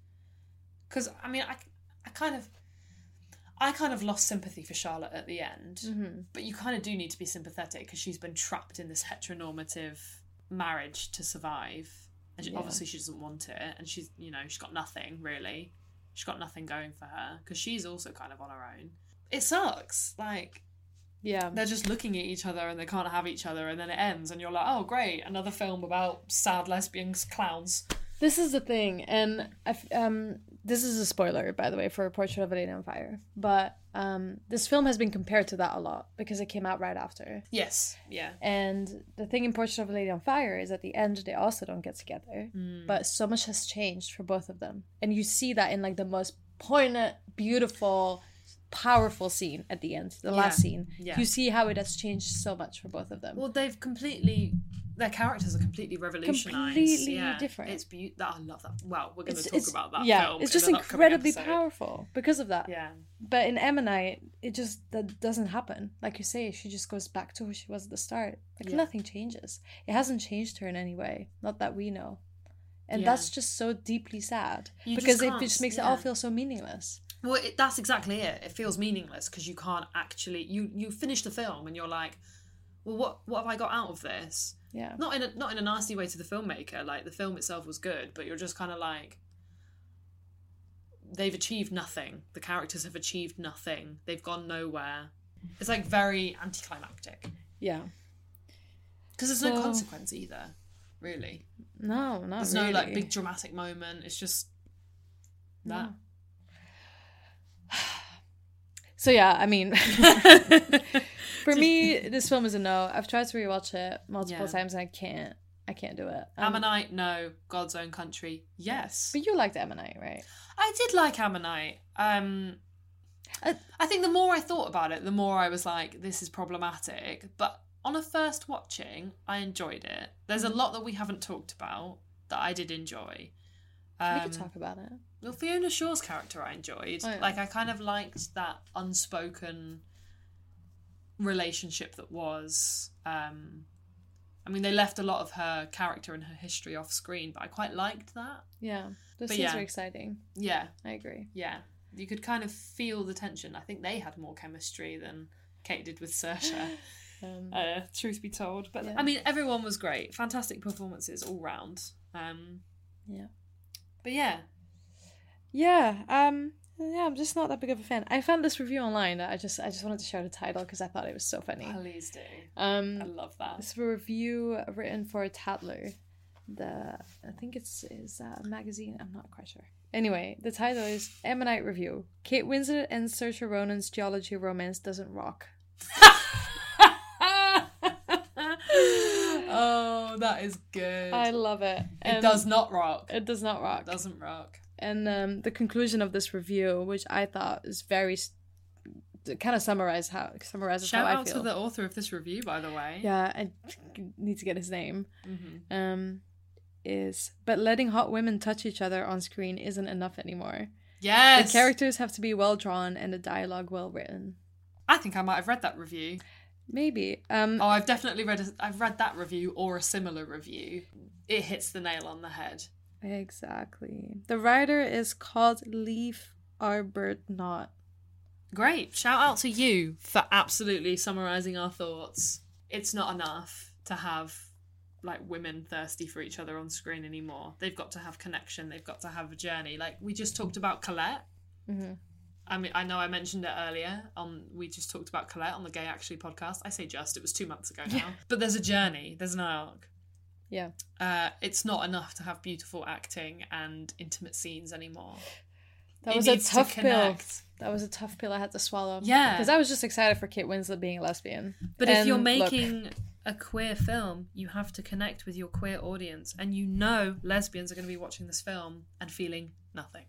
Speaker 2: Cuz I mean I I kind of I kind of lost sympathy for Charlotte at the end.
Speaker 3: Mhm.
Speaker 2: But you kind of do need to be sympathetic because she's been trapped in this heteronormative marriage to survive. And she,
Speaker 3: Yeah.
Speaker 2: obviously she doesn't want it. And she's, you know, she's got nothing really. She's got nothing going for her because she's also kind of on her own. It sucks. Like,
Speaker 3: yeah
Speaker 2: they're just looking at each other and they can't have each other. And then it ends. And you're like, oh, great. Another film about sad lesbians, clowns.
Speaker 3: This is the thing, and I f- um, this is a spoiler, by the way, for Portrait of a Lady on Fire. But um, this film has been compared to that a lot because it came out right after.
Speaker 2: Yes. Yeah.
Speaker 3: And the thing in Portrait of a Lady on Fire is at the end they also don't get together,
Speaker 2: Mm.
Speaker 3: but so much has changed for both of them, and you see that in like the most poignant, beautiful, powerful scene at the end, the last
Speaker 2: Yeah.
Speaker 3: scene.
Speaker 2: Yeah.
Speaker 3: You see how it has changed so much for both of them.
Speaker 2: Well, they've completely. Their characters are completely revolutionized.
Speaker 3: Completely
Speaker 2: yeah.
Speaker 3: different.
Speaker 2: It's beautiful. I love that. Well, we're going
Speaker 3: It's-
Speaker 2: to talk
Speaker 3: it's-
Speaker 2: about that.
Speaker 3: Yeah,
Speaker 2: film
Speaker 3: it's
Speaker 2: in
Speaker 3: just
Speaker 2: an upcoming
Speaker 3: incredibly
Speaker 2: episode.
Speaker 3: powerful because of that.
Speaker 2: Yeah.
Speaker 3: But in Ammonite, it just that doesn't happen. Like you say, she just goes back to who she was at the start. Like
Speaker 2: Yeah.
Speaker 3: nothing changes. It hasn't changed her in any way, not that we know. And
Speaker 2: Yeah.
Speaker 3: that's just so deeply sad
Speaker 2: You just
Speaker 3: because it
Speaker 2: can't,
Speaker 3: just makes it all
Speaker 2: yeah.
Speaker 3: feel so meaningless.
Speaker 2: Well, it, that's exactly it. It feels meaningless because you can't actually you you finish the film and you're like, well, what what have I got out of this?
Speaker 3: Yeah.
Speaker 2: Not in a, not in a nasty way to the filmmaker. Like the film itself was good, but you're just kind of like, they've achieved nothing. The characters have achieved nothing. They've gone nowhere. It's like very anticlimactic
Speaker 3: Yeah.
Speaker 2: because there's no
Speaker 3: So-
Speaker 2: consequence either, really.
Speaker 3: No, not
Speaker 2: there's
Speaker 3: really.
Speaker 2: no like big dramatic moment. It's just that.
Speaker 3: No. So yeah, I mean, for me, this film is a no. I've tried to rewatch it multiple
Speaker 2: Yeah.
Speaker 3: times and I can't. I can't do it. Um,
Speaker 2: Ammonite, no. God's own country, yes.
Speaker 3: But you liked Ammonite, right?
Speaker 2: I did like Ammonite. Um,
Speaker 3: I,
Speaker 2: I think the more I thought about it, the more I was like, this is problematic. But on a first watching, I enjoyed it. There's a
Speaker 3: Mm-hmm.
Speaker 2: lot that we haven't talked about that I did enjoy.
Speaker 3: we could
Speaker 2: Um,
Speaker 3: talk about it.
Speaker 2: well, Fiona Shaw's character I enjoyed.
Speaker 3: Oh, yeah.
Speaker 2: Like I kind of liked that unspoken relationship that was. Um, I mean, they left a lot of her character and her history off screen, but I quite liked that.
Speaker 3: Yeah,
Speaker 2: But
Speaker 3: those scenes
Speaker 2: yeah.
Speaker 3: are exciting.
Speaker 2: Yeah,
Speaker 3: I agree.
Speaker 2: yeah. You could kind of feel the tension. I think they had more chemistry than Kate did with Saoirse.
Speaker 3: Um,
Speaker 2: uh, truth be told, but
Speaker 3: Yeah.
Speaker 2: I mean, everyone was great. Fantastic performances all round. Um,
Speaker 3: yeah.
Speaker 2: but yeah,
Speaker 3: Yeah. Um. Yeah. I'm just not that big of a fan. I found this review online. That I just I just wanted to share the title because I thought it was so funny.
Speaker 2: please do.
Speaker 3: Um,
Speaker 2: I love that.
Speaker 3: It's a review written for Tatler. The I think it's is that a magazine. I'm not quite sure. Anyway, the title is Ammonite Review. Kate Winslet and Saoirse Ronan's geology romance doesn't rock.
Speaker 2: Oh, that is good.
Speaker 3: I love it. Um,
Speaker 2: It does not rock.
Speaker 3: It does not rock.
Speaker 2: doesn't rock.
Speaker 3: And um, the conclusion of this review, which I thought is very, kind of summarize how summarizes
Speaker 2: Shout
Speaker 3: how
Speaker 2: out
Speaker 3: I feel.
Speaker 2: to the author of this review, by the way.
Speaker 3: yeah, I need to get his name.
Speaker 2: Mm-hmm.
Speaker 3: Um, is but letting hot women touch each other on screen isn't enough anymore.
Speaker 2: Yes.
Speaker 3: the characters have to be well drawn and the dialogue well written.
Speaker 2: I think I might have read that review.
Speaker 3: Maybe. Um,
Speaker 2: oh, I've definitely read. A, I've read that review or a similar review. It hits the nail on the head.
Speaker 3: Exactly. The writer is called Leaf Arbert Knott.
Speaker 2: Great. Shout out to you for absolutely summarizing our thoughts. It's not enough to have like women thirsty for each other on screen anymore. They've got to have connection. They've got to have a journey. Like we just talked about Colette.
Speaker 3: Mm-hmm.
Speaker 2: I mean, I know I mentioned it earlier. On we just talked about Colette on the Gay Actually podcast. I say just it was two months ago now.
Speaker 3: Yeah.
Speaker 2: But there's a journey. There's an arc.
Speaker 3: Yeah.
Speaker 2: Uh, it's not enough to have beautiful acting and intimate scenes anymore.
Speaker 3: That
Speaker 2: It
Speaker 3: was a
Speaker 2: needs to
Speaker 3: tough pill.
Speaker 2: connect.
Speaker 3: That was a tough pill I had to swallow.
Speaker 2: Yeah.
Speaker 3: Because I was just excited for Kate Winslet being a lesbian.
Speaker 2: But if you're
Speaker 3: And Um, look,
Speaker 2: making a queer film, you have to connect with your queer audience, and you know lesbians are going to be watching this film and feeling nothing.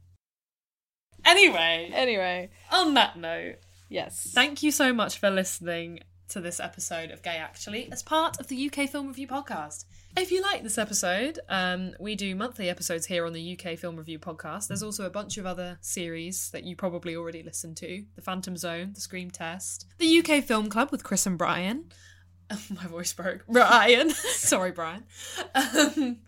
Speaker 2: Anyway,
Speaker 3: Anyway.
Speaker 2: on that note,
Speaker 3: yes.
Speaker 2: Thank you so much for listening to this episode of Gay Actually as part of the UK Film Review podcast. If you like this episode, um, we do monthly episodes here on the UK Film Review podcast. There's also a bunch of other series that you probably already listened to The Phantom Zone, The Scream Test, The UK Film Club with Chris and Brian. My voice broke. Brian. Sorry, Brian. Um,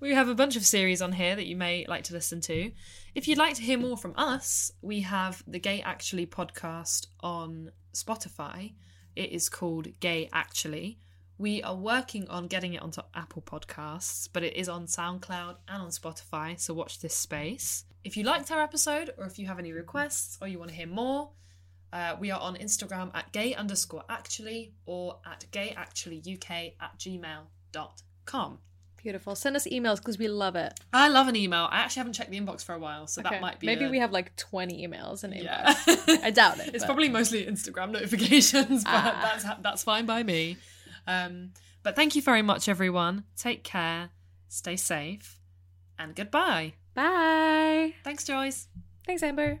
Speaker 2: we have a bunch of series on here that you may like to listen to. If you'd like to hear more from us, we have the Gay Actually podcast on Spotify. It is called Gay Actually. We are working on getting it onto Apple Podcasts, but it is on SoundCloud and on Spotify, so watch this space. If you liked our episode, or if you have any requests, or you want to hear more, uh, we are on Instagram at gay underscore actually or at gay actually uk at gmail.com.
Speaker 3: Beautiful. Send us emails because we love it.
Speaker 2: I love an email. I actually haven't checked the inbox for a while, so
Speaker 3: Okay,
Speaker 2: that might be.
Speaker 3: Maybe
Speaker 2: a-
Speaker 3: we have like 20 emails and
Speaker 2: Yeah.
Speaker 3: inbox. I doubt it.
Speaker 2: It's
Speaker 3: but-
Speaker 2: probably mostly Instagram notifications, but
Speaker 3: Ah.
Speaker 2: that's that's fine by me. Um, but thank you very much, everyone. Take care, stay safe, and goodbye.
Speaker 3: Bye.
Speaker 2: Thanks, Joyce.
Speaker 3: Thanks, Amber.